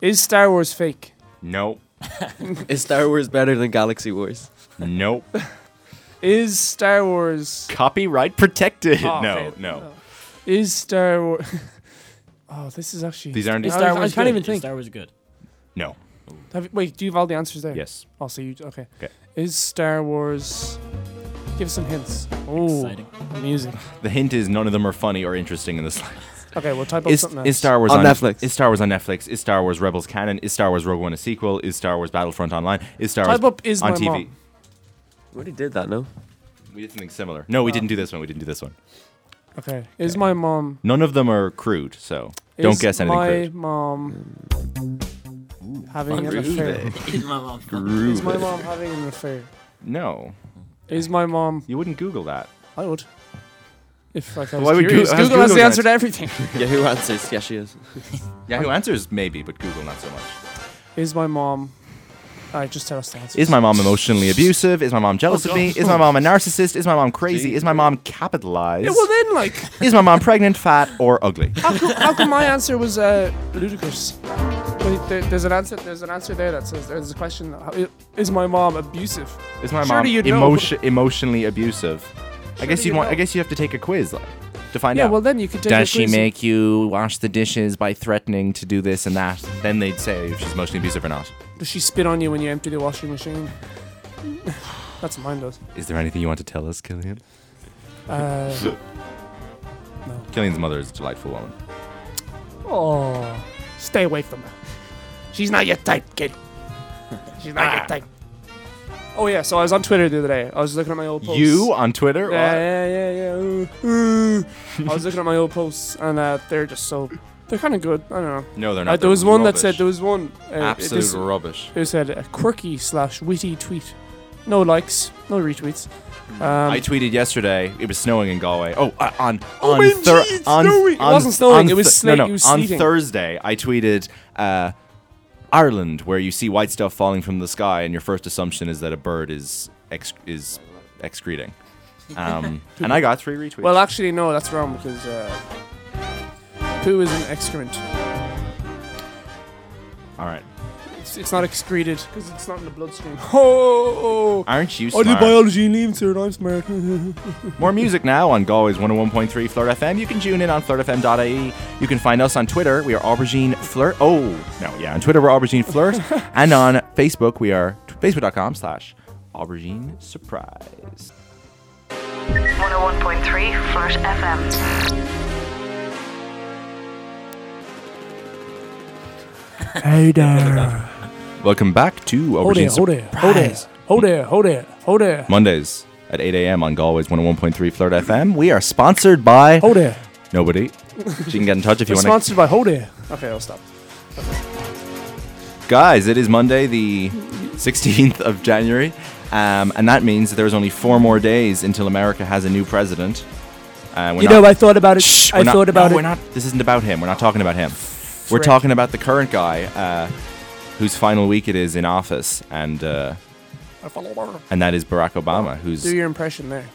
Speaker 2: is Star Wars fake?
Speaker 1: Nope.
Speaker 3: Cathedral. is Star Wars better than Galaxy Wars?
Speaker 1: Nope.
Speaker 2: Is Star Wars?
Speaker 1: Copyright protected.
Speaker 2: Oh,
Speaker 1: no,
Speaker 2: okay.
Speaker 1: no.
Speaker 2: Is Star Wars? oh, this is actually.
Speaker 1: These aren't.
Speaker 4: Is
Speaker 2: I-
Speaker 4: Star
Speaker 2: I
Speaker 4: Wars
Speaker 2: can't
Speaker 4: good?
Speaker 2: even
Speaker 4: Is
Speaker 2: think.
Speaker 4: Star Wars good.
Speaker 1: No.
Speaker 2: Have you, wait, do you have all the answers there?
Speaker 1: Yes.
Speaker 2: Oh, so you okay?
Speaker 1: Okay.
Speaker 2: Is Star Wars? Give us some hints. Oh,
Speaker 4: Exciting.
Speaker 2: music.
Speaker 1: The hint is none of them are funny or interesting in the slightest.
Speaker 2: Okay, we'll type up
Speaker 1: Is,
Speaker 2: something else.
Speaker 1: is Star Wars
Speaker 3: On Netflix.
Speaker 1: Is Star Wars on Netflix? Is Star Wars Rebels canon? Is Star Wars Rogue One a sequel? Is Star Wars Battlefront online? Is Star
Speaker 2: Type
Speaker 1: Wars
Speaker 2: up is
Speaker 1: on
Speaker 2: my
Speaker 1: TV?
Speaker 2: mom.
Speaker 3: We already did that, no?
Speaker 1: We did something similar. No,
Speaker 2: Uh,
Speaker 1: we didn't do this one. We didn't do this one.
Speaker 2: Okay. Is my mom?
Speaker 1: None of them are crude, so don't
Speaker 2: is
Speaker 1: guess anything
Speaker 2: My
Speaker 1: crude.
Speaker 2: mom having an
Speaker 3: Groove
Speaker 2: affair.
Speaker 3: it.
Speaker 4: Is my mom fun?
Speaker 2: Is
Speaker 1: Crude.
Speaker 2: my mom having an affair?
Speaker 1: No,
Speaker 2: Is my mom?
Speaker 1: you wouldn't Google that.
Speaker 2: I would. If like, I was
Speaker 1: Why would Goo-
Speaker 2: curious.
Speaker 1: how's
Speaker 2: Google, has
Speaker 1: Google
Speaker 2: the answer
Speaker 1: that?
Speaker 2: to everything.
Speaker 3: Yahoo answers. Yeah, she is.
Speaker 1: Yahoo Answers maybe, but Google not so much.
Speaker 2: Is my mom? All right, just tell us the answer.
Speaker 1: Is my mom emotionally abusive? Is my mom jealous of me? Is my mom a narcissist? Is my mom crazy? Is my mom capitalized?
Speaker 2: Yeah, well then, like,
Speaker 1: Is my mom pregnant, fat, or ugly?
Speaker 2: how come, how come my answer was uh, ludicrous? Wait, there, there's an answer. There's an answer there that says there's a question. How, i- is my mom abusive?
Speaker 1: Is my mom
Speaker 2: Surely you'd know.
Speaker 1: emotio- emotionally abusive? I guess
Speaker 2: Surely
Speaker 1: you
Speaker 2: you'd
Speaker 1: want. I
Speaker 2: know.
Speaker 1: guess you have to take a quiz like, to find
Speaker 2: Yeah.
Speaker 1: out.
Speaker 2: Well, then you could take.
Speaker 1: Does
Speaker 2: a
Speaker 1: she
Speaker 2: quiz.
Speaker 1: make you wash the dishes by threatening to do this and that? Then they'd say if she's emotionally abusive or not.
Speaker 2: Does she spit on you when you empty the washing machine? That's what mine does.
Speaker 1: Is there anything you want to tell us, Killian?
Speaker 2: Uh,
Speaker 1: Killian's mother is a delightful woman.
Speaker 2: oh, stay away from her. She's not your type, kid. She's not
Speaker 1: Ah.
Speaker 2: your type. Oh yeah, so I was on Twitter the other day. I was looking at my old posts.
Speaker 1: You on Twitter?
Speaker 2: Yeah, yeah, yeah, yeah. Ooh, ooh. I was looking at my old posts, and uh, they're just so they're kind of good. I don't know.
Speaker 1: No, they're
Speaker 2: Uh,
Speaker 1: not.
Speaker 2: there was one that said there was one uh,
Speaker 1: absolute
Speaker 2: This,
Speaker 1: rubbish.
Speaker 2: it said a quirky slash witty tweet. No likes, no retweets. Um,
Speaker 1: I tweeted yesterday. It was snowing in Galway. Oh, uh, on
Speaker 2: Oh,
Speaker 1: on,
Speaker 2: man, gee, it's snowing. It wasn't snowing, it was
Speaker 1: Thur- no,
Speaker 2: snow-
Speaker 1: no.
Speaker 2: it was
Speaker 1: on
Speaker 2: sleeting.
Speaker 1: Thursday, I tweeted uh, Ireland, where you see white stuff falling from the sky, and your first assumption is that a bird is ex- is excreting. Um, and I got three retweets.
Speaker 2: well, actually, no, that's wrong because uh, poo is an excrement.
Speaker 1: all right.
Speaker 2: It's, it's not excreted because it's not in the bloodstream. Oh,
Speaker 1: Aren't you
Speaker 2: I did
Speaker 1: smart?
Speaker 2: biology and leaves here, and I'm smart.
Speaker 1: More music now on Galway's 101.3 Flirt FM. You can tune in on flirtfm.ie. E. You can find us on Twitter. We are Aubergine Flirt. Oh, no, yeah. On Twitter, we're Aubergine Flirt. and on Facebook, we are t- facebook.com slash Aubergine Surprise.
Speaker 6: 101.3 Flirt FM.
Speaker 2: hey there.
Speaker 1: Welcome back to
Speaker 2: Hold
Speaker 1: Aubergine
Speaker 2: there, hold there, hold there, hold there, hold there. Oh there.
Speaker 1: Mondays at 8 a.m. on Galway's 101.3 Flirt FM. We are sponsored by
Speaker 2: Oh there.
Speaker 1: nobody. She can get in touch if you
Speaker 2: We're
Speaker 1: want to.
Speaker 2: sponsored by Ho there. Okay, I'll stop.
Speaker 1: Guys, it is Monday, the 16th of January, um, and that means that there's only four more days until America has a new president. Uh, we're
Speaker 4: You
Speaker 1: not-
Speaker 4: know, I thought about it.
Speaker 1: Shh,
Speaker 4: I
Speaker 1: we're not-
Speaker 4: thought about
Speaker 1: no,
Speaker 4: it.
Speaker 1: We're not. This isn't about him. We're not talking about him. We're
Speaker 2: Frick.
Speaker 1: talking about the current guy, uh, whose final week it is in office, and uh,
Speaker 2: I follow her.
Speaker 1: and that is Barack Obama, who's
Speaker 2: Do your impression there.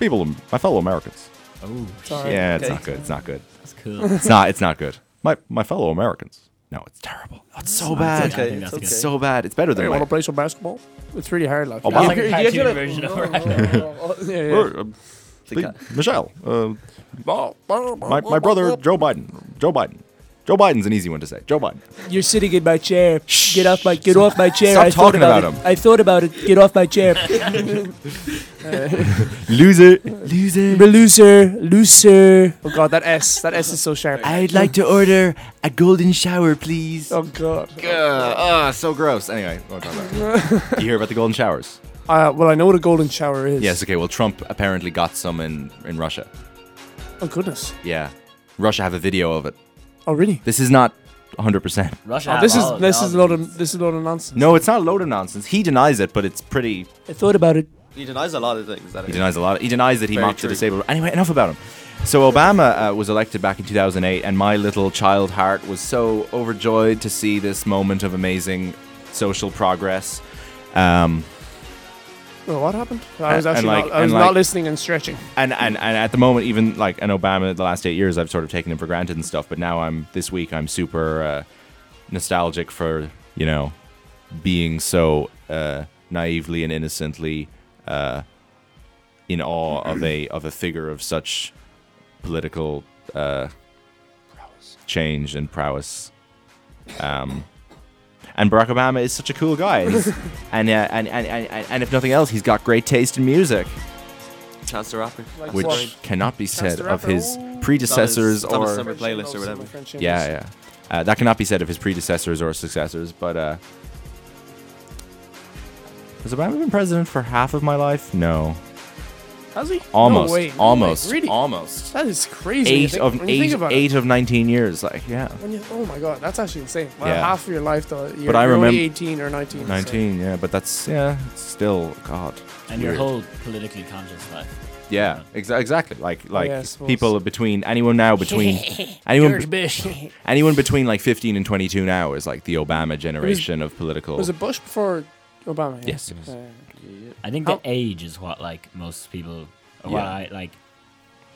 Speaker 1: people, my fellow Americans.
Speaker 4: Oh,
Speaker 2: It's all right.
Speaker 1: Yeah, it's not good. It's not good.
Speaker 4: that's cool.
Speaker 1: It's not. It's not good. My my fellow Americans. No, it's terrible. Oh, it's so bad.
Speaker 4: It's okay, it's
Speaker 1: It's
Speaker 4: okay.
Speaker 1: so bad. It's better
Speaker 2: Hey,
Speaker 1: than
Speaker 2: want
Speaker 1: my.
Speaker 2: to play some basketball? It's really hard, like.
Speaker 1: Obama-
Speaker 4: a
Speaker 3: You guys
Speaker 4: cartoon
Speaker 3: wanna-
Speaker 4: version of
Speaker 2: yeah, yeah.
Speaker 1: Uh,
Speaker 3: Um,
Speaker 1: the- Michelle, uh, my, my brother Joe Biden. Joe Biden. Joe Biden's an easy one to say. Joe Biden.
Speaker 4: You're sitting in my chair. Get off my get off my chair.
Speaker 1: Stop I thought talking about about it. him.
Speaker 4: I thought about it. Get off my chair.
Speaker 1: Loser. Loser.
Speaker 4: loser, loser.
Speaker 2: Oh god, that S. That S is so sharp.
Speaker 1: I'd like to order a golden shower, please.
Speaker 2: Oh god.
Speaker 1: oh, so gross. Anyway, we'll talk about it. you hear about the golden showers?
Speaker 2: Uh, well, I know what a golden shower is.
Speaker 1: Yes. Okay. Well, Trump apparently got some in in Russia.
Speaker 2: Oh goodness.
Speaker 1: Yeah, Russia have a video of it.
Speaker 2: Oh really?
Speaker 1: This is not 100. percent
Speaker 4: Russia.
Speaker 2: Oh, this is this is a lot of this is a lot of nonsense.
Speaker 1: No, it's not a load of nonsense. He denies it, but it's pretty.
Speaker 4: I thought about it.
Speaker 3: He denies a lot of things. That
Speaker 1: He denies a lot. He denies that he
Speaker 3: Very
Speaker 1: mocked the
Speaker 3: true.
Speaker 1: disabled. Anyway, enough about him. So Obama uh, was elected back in 2008, and my little child heart was so overjoyed to see this moment of amazing social progress. Um,
Speaker 2: Well, what happened? I was
Speaker 1: And-
Speaker 2: actually
Speaker 1: and like-
Speaker 2: not, I was
Speaker 1: and
Speaker 2: not
Speaker 1: like-
Speaker 2: listening and stretching.
Speaker 1: and, and and at the moment, even like an Obama, the last eight years, I've sort of taken him for granted and stuff. But now I'm this week, I'm super uh, nostalgic for you know being so uh, naively and innocently uh, in awe of a of a figure of such political uh, change and prowess. Um, and Barack Obama is such a cool guy, and, he's- and, uh, and, and, and and if nothing else, he's got great taste in music
Speaker 3: Chance the Rapper.
Speaker 2: Like
Speaker 1: which
Speaker 2: Slide.
Speaker 1: cannot be said
Speaker 2: the
Speaker 1: of
Speaker 2: Rapper.
Speaker 1: his
Speaker 2: Ooh.
Speaker 1: predecessors
Speaker 3: It's on his
Speaker 1: or
Speaker 3: summer playlist or whatever.
Speaker 1: yeah yeah uh, that cannot be said of his predecessors or successors but uh has obama been president for half of my life no
Speaker 2: Has he?
Speaker 1: almost
Speaker 2: No way, no way.
Speaker 1: almost
Speaker 2: Really?
Speaker 1: almost
Speaker 2: That is crazy.
Speaker 1: eight
Speaker 2: think,
Speaker 1: of
Speaker 2: when you
Speaker 1: eight,
Speaker 2: think about it.
Speaker 1: eight of 19 years like yeah
Speaker 2: When you, oh my god, that's actually insane. Wow,
Speaker 1: Yeah.
Speaker 2: half of your life though. You're,
Speaker 1: I
Speaker 2: you're
Speaker 1: remem-
Speaker 2: only 18 or 19. so-
Speaker 1: 19 yeah but that's yeah it's still god
Speaker 4: And your
Speaker 1: weird.
Speaker 4: whole politically conscious life.
Speaker 1: yeah exa- exactly like like
Speaker 2: yeah, I suppose.
Speaker 1: people between anyone now between anyone be-
Speaker 4: Bush.
Speaker 1: anyone between like 15 and 22 now is like the obama generation of political
Speaker 2: Was it Bush before Obama? Yeah.
Speaker 1: Yes, yes.
Speaker 2: Yeah.
Speaker 4: I think
Speaker 2: How-
Speaker 4: the age is what like most people. Or what
Speaker 1: Yeah.
Speaker 4: I like.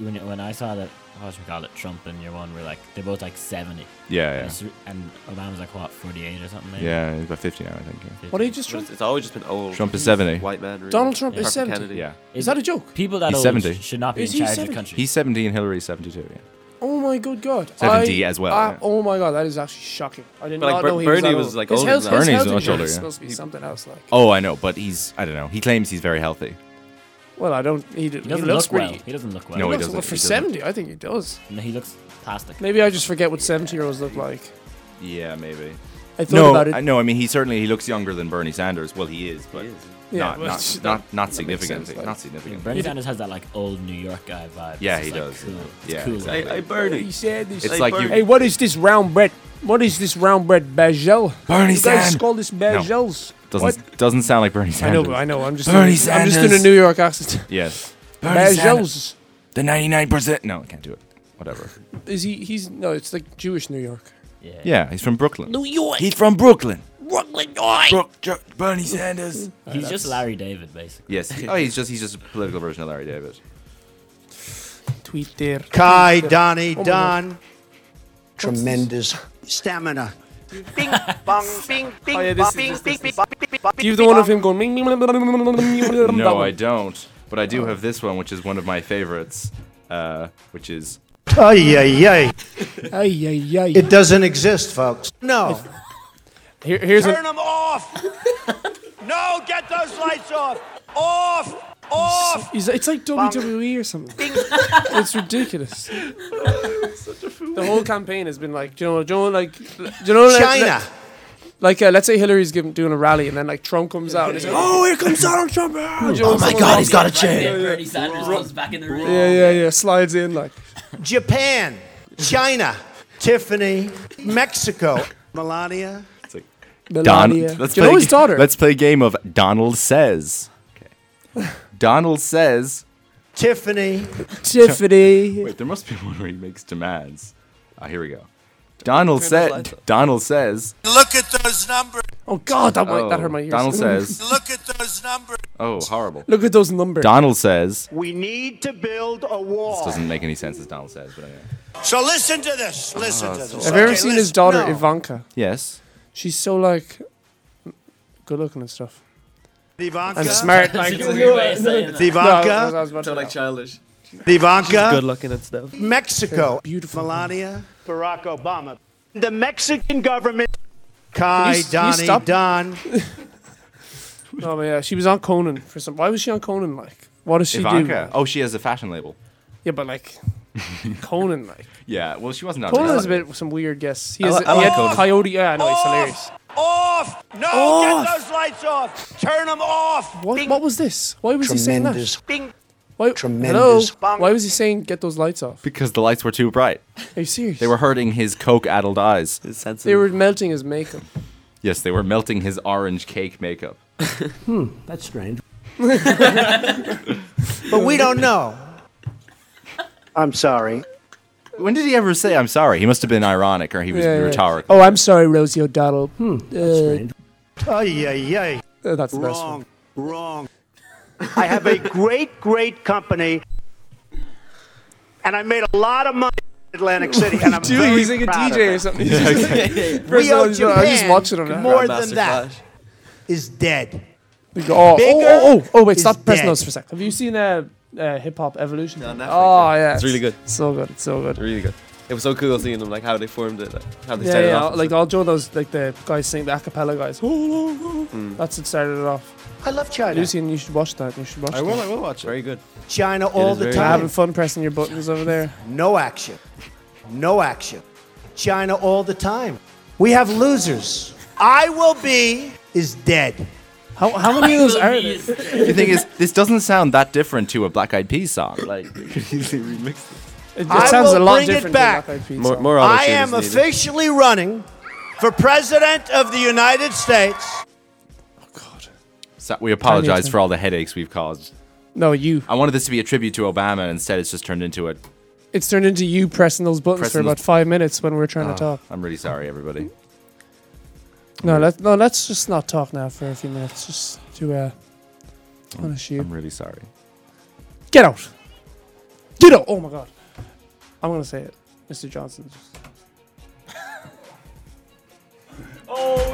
Speaker 4: When when I saw that, what should we call it? Trump and your one were like they're both like seventy.
Speaker 1: yeah yeah
Speaker 4: And it's- And Obama's like what forty eight or something. Maybe?
Speaker 1: Yeah, he's about 50 now, I think. Yeah.
Speaker 2: What did he just
Speaker 3: But
Speaker 2: Trump?
Speaker 3: It's, it's always just been old.
Speaker 1: Trump is 70.
Speaker 3: White man. Really.
Speaker 2: Donald Trump
Speaker 4: Yeah.
Speaker 2: is
Speaker 3: Harper
Speaker 2: 70.
Speaker 3: Kennedy.
Speaker 1: Yeah.
Speaker 2: Is that a joke?
Speaker 4: People that
Speaker 1: He's
Speaker 4: old
Speaker 1: 70.
Speaker 4: should not be
Speaker 2: Is
Speaker 4: in
Speaker 2: he
Speaker 4: charge of
Speaker 2: 70?
Speaker 4: the country.
Speaker 1: He's 70 and Hillary's 72, yeah.
Speaker 2: Oh my good god.
Speaker 1: 70
Speaker 2: I-
Speaker 1: as well,
Speaker 2: I-
Speaker 1: yeah.
Speaker 2: Oh my god, that is actually shocking. I did
Speaker 3: But, like,
Speaker 2: not
Speaker 3: Ber-
Speaker 2: know he was
Speaker 3: Bernie
Speaker 2: that
Speaker 3: was,
Speaker 2: old.
Speaker 3: like,
Speaker 2: his
Speaker 3: older
Speaker 2: health,
Speaker 3: than
Speaker 1: that.
Speaker 2: his
Speaker 1: Bernie's
Speaker 2: health
Speaker 1: much
Speaker 2: insurance
Speaker 1: older,
Speaker 2: is
Speaker 1: yeah.
Speaker 2: supposed to be something else. Like,
Speaker 1: Oh, I know, but he's, I don't know, he claims he's very healthy.
Speaker 2: well, I don't. He, did,
Speaker 4: he doesn't
Speaker 2: looks
Speaker 4: look well.
Speaker 2: pretty-
Speaker 4: He doesn't look well.
Speaker 1: No, he
Speaker 2: looks-
Speaker 1: doesn't,
Speaker 2: well, for
Speaker 1: he doesn't.
Speaker 2: 70, I think he does.
Speaker 4: No, he looks plastic.
Speaker 2: Maybe I just forget what 70 year olds look like.
Speaker 1: Yeah, maybe.
Speaker 2: I thought
Speaker 1: No,
Speaker 2: about it.
Speaker 1: I, no, I mean, he certainly, he looks younger than Bernie Sanders. Well, he is, but
Speaker 3: He is.
Speaker 2: Yeah,
Speaker 1: not,
Speaker 2: well,
Speaker 1: not,
Speaker 2: that-
Speaker 1: not, not
Speaker 2: that makes sense,
Speaker 1: significantly.
Speaker 2: like-
Speaker 1: not
Speaker 4: Yeah,
Speaker 1: significantly.
Speaker 4: Bernie Sanders has that like old New York guy vibe.
Speaker 1: Yeah,
Speaker 4: It's
Speaker 1: he
Speaker 4: just,
Speaker 1: does,
Speaker 4: like, Cool.
Speaker 1: yeah.
Speaker 4: It's
Speaker 1: Yeah,
Speaker 4: cool.
Speaker 1: exactly.
Speaker 3: Hey, hey, Bernie.
Speaker 2: said this.
Speaker 1: It's
Speaker 3: Hey,
Speaker 1: like you.
Speaker 3: Bernie.
Speaker 2: Hey, what is this round bread? What is this round bread bajel?
Speaker 1: Bernie
Speaker 2: you guys
Speaker 1: Sand-
Speaker 2: call this bajels?
Speaker 1: doesn't, doesn't sound like Bernie
Speaker 2: I
Speaker 1: Sanders.
Speaker 2: know, but I know. I'm just
Speaker 1: Bernie
Speaker 2: doing, I'm just doing
Speaker 1: Sanders.
Speaker 2: a New York accent.
Speaker 1: Yes.
Speaker 2: Bajels.
Speaker 1: The 99%. No, I can't do it. Whatever.
Speaker 2: Is he? He's no. It's like Jewish New York.
Speaker 4: Yeah.
Speaker 1: Yeah, he's from Brooklyn.
Speaker 7: New York,
Speaker 1: He's from Brooklyn.
Speaker 7: Brooklyn, York.
Speaker 1: Brook, Bernie Sanders.
Speaker 4: He's just Larry David, basically.
Speaker 1: Yes. Oh, he's just he's just a political version of Larry David.
Speaker 2: Tweet there.
Speaker 8: Kai, Donnie,
Speaker 2: my
Speaker 8: Don. Tremendous stamina.
Speaker 7: Bing, bong, bing, bing,
Speaker 2: Oh, yeah,
Speaker 7: bong,
Speaker 2: this
Speaker 7: bing,
Speaker 2: is-
Speaker 7: bing,
Speaker 2: this
Speaker 7: bing,
Speaker 2: is-
Speaker 7: bong, bing, bing,
Speaker 2: Do you have the
Speaker 7: bing,
Speaker 2: one of
Speaker 7: bong.
Speaker 2: him going? "Ming, ming, ming, ming, ming, ming, ming, ming, ming," that
Speaker 1: No, I
Speaker 2: one.
Speaker 1: don't. But I do have this one, which is one of my favorites, uh, which is
Speaker 8: Ay, ay, ay.
Speaker 2: Ay, ay, ay.
Speaker 8: It doesn't exist, folks. No.
Speaker 2: Here, here's an,
Speaker 8: them off. no, get those lights off. Off. Off.
Speaker 2: he's- it's like WWE or something. it's ridiculous. the whole campaign has been like, do you know, do you know, like, do you know, like-
Speaker 8: China.
Speaker 2: like, Like, uh, let's say Hillary's giving, doing a rally, and then like Trump comes out, and he's like, "Oh, here comes Donald Trump!" ah," you know,
Speaker 4: Oh my
Speaker 2: someone
Speaker 4: God,
Speaker 2: walks
Speaker 4: he's got a
Speaker 2: in.
Speaker 4: chain.
Speaker 2: Yeah,
Speaker 4: Bernie Sanders comes back in the room.
Speaker 2: yeah, yeah, yeah, Slides in like,
Speaker 9: Japan, China, Tiffany, Mexico, Melania.
Speaker 1: Don,
Speaker 2: Melania.
Speaker 1: let's
Speaker 2: Do you know
Speaker 1: play,
Speaker 2: his daughter?
Speaker 1: Let's play a game of Donald says. Donald says.
Speaker 9: Tiffany,
Speaker 2: Tiffany.
Speaker 1: Wait, there must be one where he makes demands. Ah, here we go. Donald said. Donald says.
Speaker 8: Look at those numbers.
Speaker 2: Oh God, that, might,
Speaker 1: Oh,
Speaker 2: that hurt my ears.
Speaker 1: Donald says.
Speaker 8: Look at those numbers.
Speaker 1: Oh, horrible.
Speaker 2: Look at those numbers.
Speaker 1: Donald says.
Speaker 9: we need to build a wall.
Speaker 1: Doesn't make any sense as Donald says, but anyway.
Speaker 8: So listen to this. Listen to this.
Speaker 2: Oh, Have you ever
Speaker 8: Okay,
Speaker 2: seen
Speaker 8: listen.
Speaker 2: his daughter
Speaker 9: no.
Speaker 2: Ivanka?
Speaker 1: Yes.
Speaker 2: She's so like good looking and stuff.
Speaker 9: Ivanka.
Speaker 2: And smart. Like,
Speaker 4: It's a weird way of saying that.
Speaker 9: Ivanka,
Speaker 3: So like childish.
Speaker 9: Ivanka,
Speaker 3: Good looking and stuff.
Speaker 9: Mexico,
Speaker 2: Beautiful.
Speaker 9: Melania, Barack Obama, the Mexican government, Kai,
Speaker 2: you s- can you
Speaker 9: Donnie,
Speaker 2: stop-
Speaker 9: Don,
Speaker 2: Oh yeah, she was on Conan for some. Why was she on Conan? Like, what does she
Speaker 1: Ivanka.
Speaker 2: do?
Speaker 1: Oh, she has a fashion label.
Speaker 2: Yeah, but like Conan, like
Speaker 1: Yeah. Well, she wasn't on.
Speaker 2: Conan has a
Speaker 1: reality.
Speaker 2: bit some weird guess. He
Speaker 1: I
Speaker 2: has
Speaker 1: li- I
Speaker 2: he
Speaker 1: like
Speaker 2: had
Speaker 1: Conan.
Speaker 2: Coyote. Yeah, no, it's
Speaker 9: Oh!
Speaker 2: hilarious.
Speaker 8: Off! No,
Speaker 2: Off!
Speaker 8: get those lights off! Turn them off!
Speaker 2: What, what was this? Why was he saying that?
Speaker 9: tremendous.
Speaker 2: Why,
Speaker 9: tremendous
Speaker 2: Hello? Why was he saying get those lights off?
Speaker 1: Because the lights were too bright.
Speaker 2: Are you serious?
Speaker 1: They were hurting his coke-addled eyes.
Speaker 3: His sense
Speaker 2: they were melting his makeup.
Speaker 1: Yes, they were melting his orange cake makeup.
Speaker 9: That's strange. but we don't know. I'm sorry.
Speaker 1: When did he ever say "I'm sorry"? He must have been ironic, or he was
Speaker 2: Yeah, yeah.
Speaker 1: rhetorical.
Speaker 2: Oh, I'm sorry, Rosie O'Donnell. Hmm. Uh,
Speaker 9: Ay, ay, ay.
Speaker 2: uh, that's the best one.
Speaker 9: Wrong. Wrong. I have a great, great company, and I made a lot of money in Atlantic City, and I'm
Speaker 2: Dude,
Speaker 9: very
Speaker 2: he's like a
Speaker 9: proud
Speaker 2: DJ
Speaker 9: of
Speaker 2: or
Speaker 9: it.
Speaker 2: something. He's just like- First
Speaker 9: We
Speaker 2: of all,
Speaker 9: owe
Speaker 2: he's like, I'm just
Speaker 9: Japan
Speaker 2: watching him. now.
Speaker 9: more than
Speaker 3: Grandmaster
Speaker 9: that.
Speaker 3: Flash.
Speaker 9: Is dead.
Speaker 2: We go, Oh, oh, oh, oh, oh, wait,
Speaker 9: is
Speaker 2: stop pressing
Speaker 9: dead.
Speaker 2: those for a sec. Have you seen uh, uh, Hip Hop Evolution?
Speaker 3: Netflix,
Speaker 2: oh, yeah.
Speaker 3: It's really good.
Speaker 2: So good. It's so good.
Speaker 3: really good. It was so cool seeing them, like how they formed it, like, how they
Speaker 2: Yeah,
Speaker 3: started
Speaker 2: yeah.
Speaker 3: off.
Speaker 2: Like, all Joe, those, like, the guys sing the acapella guys.
Speaker 3: Hmm.
Speaker 2: That's what started it off.
Speaker 9: I love China.
Speaker 2: Lucian, you should watch that. You should watch that.
Speaker 3: I will watch it. Very good.
Speaker 9: China all
Speaker 3: is
Speaker 9: the
Speaker 3: very-
Speaker 2: You're having
Speaker 9: time.
Speaker 2: fun pressing your buttons over there.
Speaker 9: No action. No action. China all the time. We have losers. I will be is dead.
Speaker 2: How, how many of those are there?
Speaker 1: the thing is, this doesn't sound that different to a Black Eyed Peas song. Like,
Speaker 2: It,
Speaker 9: I
Speaker 2: it sounds a
Speaker 9: will
Speaker 2: lot
Speaker 9: bring it
Speaker 2: different
Speaker 9: back.
Speaker 2: than Black Eyed Peas
Speaker 3: More,
Speaker 2: song.
Speaker 3: more
Speaker 9: I
Speaker 3: autotune is
Speaker 9: am
Speaker 3: needed.
Speaker 9: officially running for president of the United States.
Speaker 1: so we apologize for all the headaches we've caused.
Speaker 2: No, you.
Speaker 1: I wanted this to be a tribute to Obama, and instead, it's just turned into a.
Speaker 2: It's turned into you pressing those buttons for
Speaker 1: Pressing
Speaker 2: about
Speaker 1: those-
Speaker 2: five minutes when we we're trying to
Speaker 3: Ah.
Speaker 2: talk.
Speaker 1: I'm really sorry, everybody.
Speaker 2: No, let no. Let's just not talk now for a few minutes, just to uh, punish you.
Speaker 1: I'm really sorry.
Speaker 2: Get out. Get out. Oh my god. I'm gonna say it, Mr. Johnson.
Speaker 1: All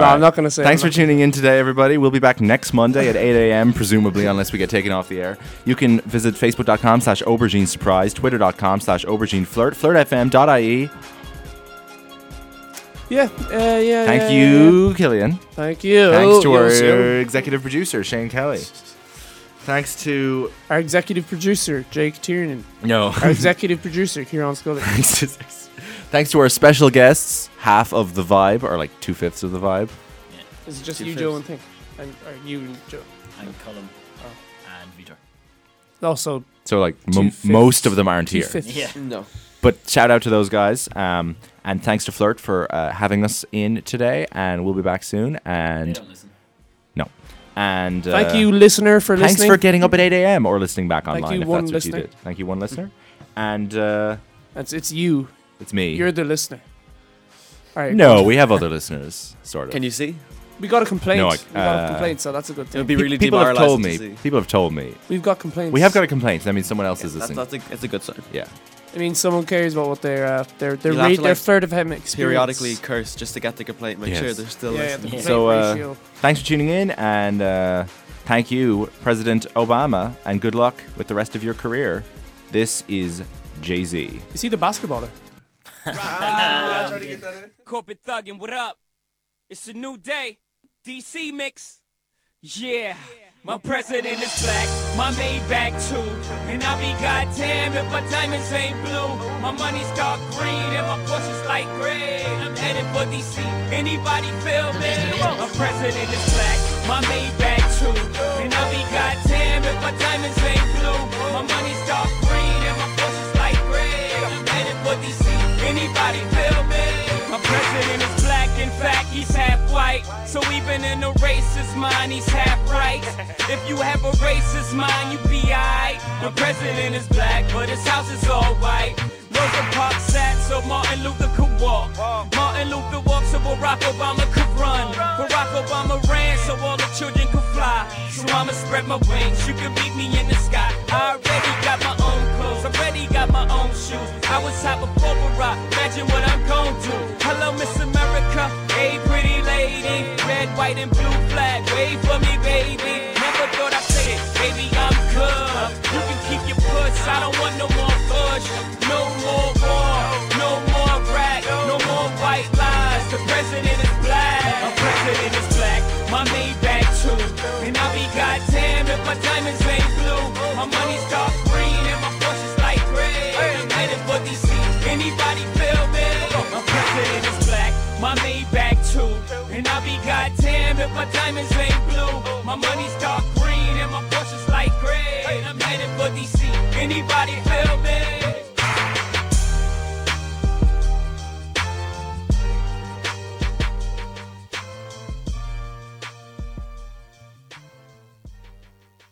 Speaker 2: no,
Speaker 1: right.
Speaker 2: I'm not gonna say.
Speaker 1: Thanks
Speaker 2: it.
Speaker 1: for tuning in today, everybody. We'll be back next Monday at 8 a.m., presumably, unless we get taken off the air. You can visit facebook.com slash aubergine surprise, twitter.com slash aubergine flirt, flirtfm.ie.
Speaker 2: Yeah. Uh, yeah. yeah,
Speaker 1: Thank
Speaker 2: yeah, yeah.
Speaker 1: you, Killian.
Speaker 2: Thank you.
Speaker 1: Thanks to our
Speaker 2: Oh, Yes, yeah.
Speaker 1: executive producer, Shane Kelly. Thanks to.
Speaker 2: our executive producer Jake Tiernan.
Speaker 1: No.
Speaker 2: Our executive producer Kieran Scully.
Speaker 1: thanks, to, thanks to our special guests, half of the vibe, or like two fifths of the vibe.
Speaker 2: Is it just you, Joe, and thing? And or you, and Joe?
Speaker 4: And Colum and Vitor.
Speaker 2: Also,
Speaker 1: So, like, m-
Speaker 2: Two-fifths.
Speaker 1: most of them aren't here.
Speaker 2: fifth.
Speaker 4: Yeah.
Speaker 3: No.
Speaker 1: But shout out to those guys. Um, and thanks to Flirt for uh, having us in today. And we'll be back soon.
Speaker 4: They
Speaker 1: And
Speaker 4: don't listen.
Speaker 1: no. And uh,
Speaker 2: Thank you, listener, for
Speaker 1: Thanks
Speaker 2: listening.
Speaker 1: for getting up at 8 a.m. or listening back online
Speaker 2: you,
Speaker 1: if
Speaker 2: one
Speaker 1: that's what
Speaker 2: listener.
Speaker 1: you did. Thank you, one listener. And uh,
Speaker 2: It's, it's you.
Speaker 1: it's me.
Speaker 2: You're the listener. All right.
Speaker 1: no, we have other listeners, sort of.
Speaker 3: Can you see?
Speaker 2: We got a complaint.
Speaker 1: No, I-
Speaker 2: we got
Speaker 1: uh,
Speaker 2: a complaint, so that's a good
Speaker 3: It
Speaker 2: thing.
Speaker 3: would be
Speaker 1: Pe-
Speaker 3: really
Speaker 1: people have told
Speaker 3: demoralizing
Speaker 1: me.
Speaker 3: to see.
Speaker 1: People have told me.
Speaker 2: We've got complaints.
Speaker 1: We have got a complaint. That means someone else is
Speaker 3: That's,
Speaker 1: listening.
Speaker 3: that's, a, that's a good sign.
Speaker 1: yeah.
Speaker 2: I mean, someone cares about what their uh, their their
Speaker 3: You'll have
Speaker 2: rate,
Speaker 3: to,
Speaker 2: their
Speaker 3: like,
Speaker 2: flirt of him experience.
Speaker 3: Periodically curse just to get the complaint, make
Speaker 1: Yes.
Speaker 3: sure they're still
Speaker 2: Yeah, yeah, the
Speaker 3: listening.
Speaker 2: complaint
Speaker 1: So uh,
Speaker 2: ratio.
Speaker 1: thanks for tuning in, and uh, thank you, President Obama, and good luck with the rest of your career. This is Jay Z.
Speaker 2: Is he the basketballer?
Speaker 10: Corporate thuggin', what up? It's a new day. DC mix. Yeah. My president is black.
Speaker 5: my Maybach too. And I be goddamn if my diamonds ain't blue. My money's dark green and my Porsche's light gray. I'm headed for DC. Anybody feel me? My president is black, my Maybach too. And I be goddamn if my diamonds ain't blue. My money's dark green and my Porsche's light gray. I'm headed for DC. Anybody feel me? My president is black, in fact, he's half white. So even in a racist mind, he's half right. If you have a racist mind, you be alright. The president is black, but his house is all white. Rosa Parks sat so Martin Luther could walk. Martin Luther walked so Barack Obama could run. Barack Obama ran so all the children could fly. So I'ma spread my wings, you can meet me in the sky. I already got my own clothes, already got my own shoes. I was hot before Barack, imagine what I'm gon' do. Hello, Miss America, hey pretty lady. Red, white, and blue flag, wave for me, baby. Never thought I'd say it, baby, I'm good. You can keep your puss, I don't want no more push. No more war, no more rack, no more white lies. The president is black, my president is black, my Maybach too. And I'll be goddamn if my diamonds ain't blue. My money's dark green and my Porsche is light gray. I'm headed for DC, anybody feel me? My president is black, my Maybach too. And I'll be goddamn if my diamonds ain't blue. My money's dark green and my Porsche's light gray. I'm headed for DC. Anybody feel me?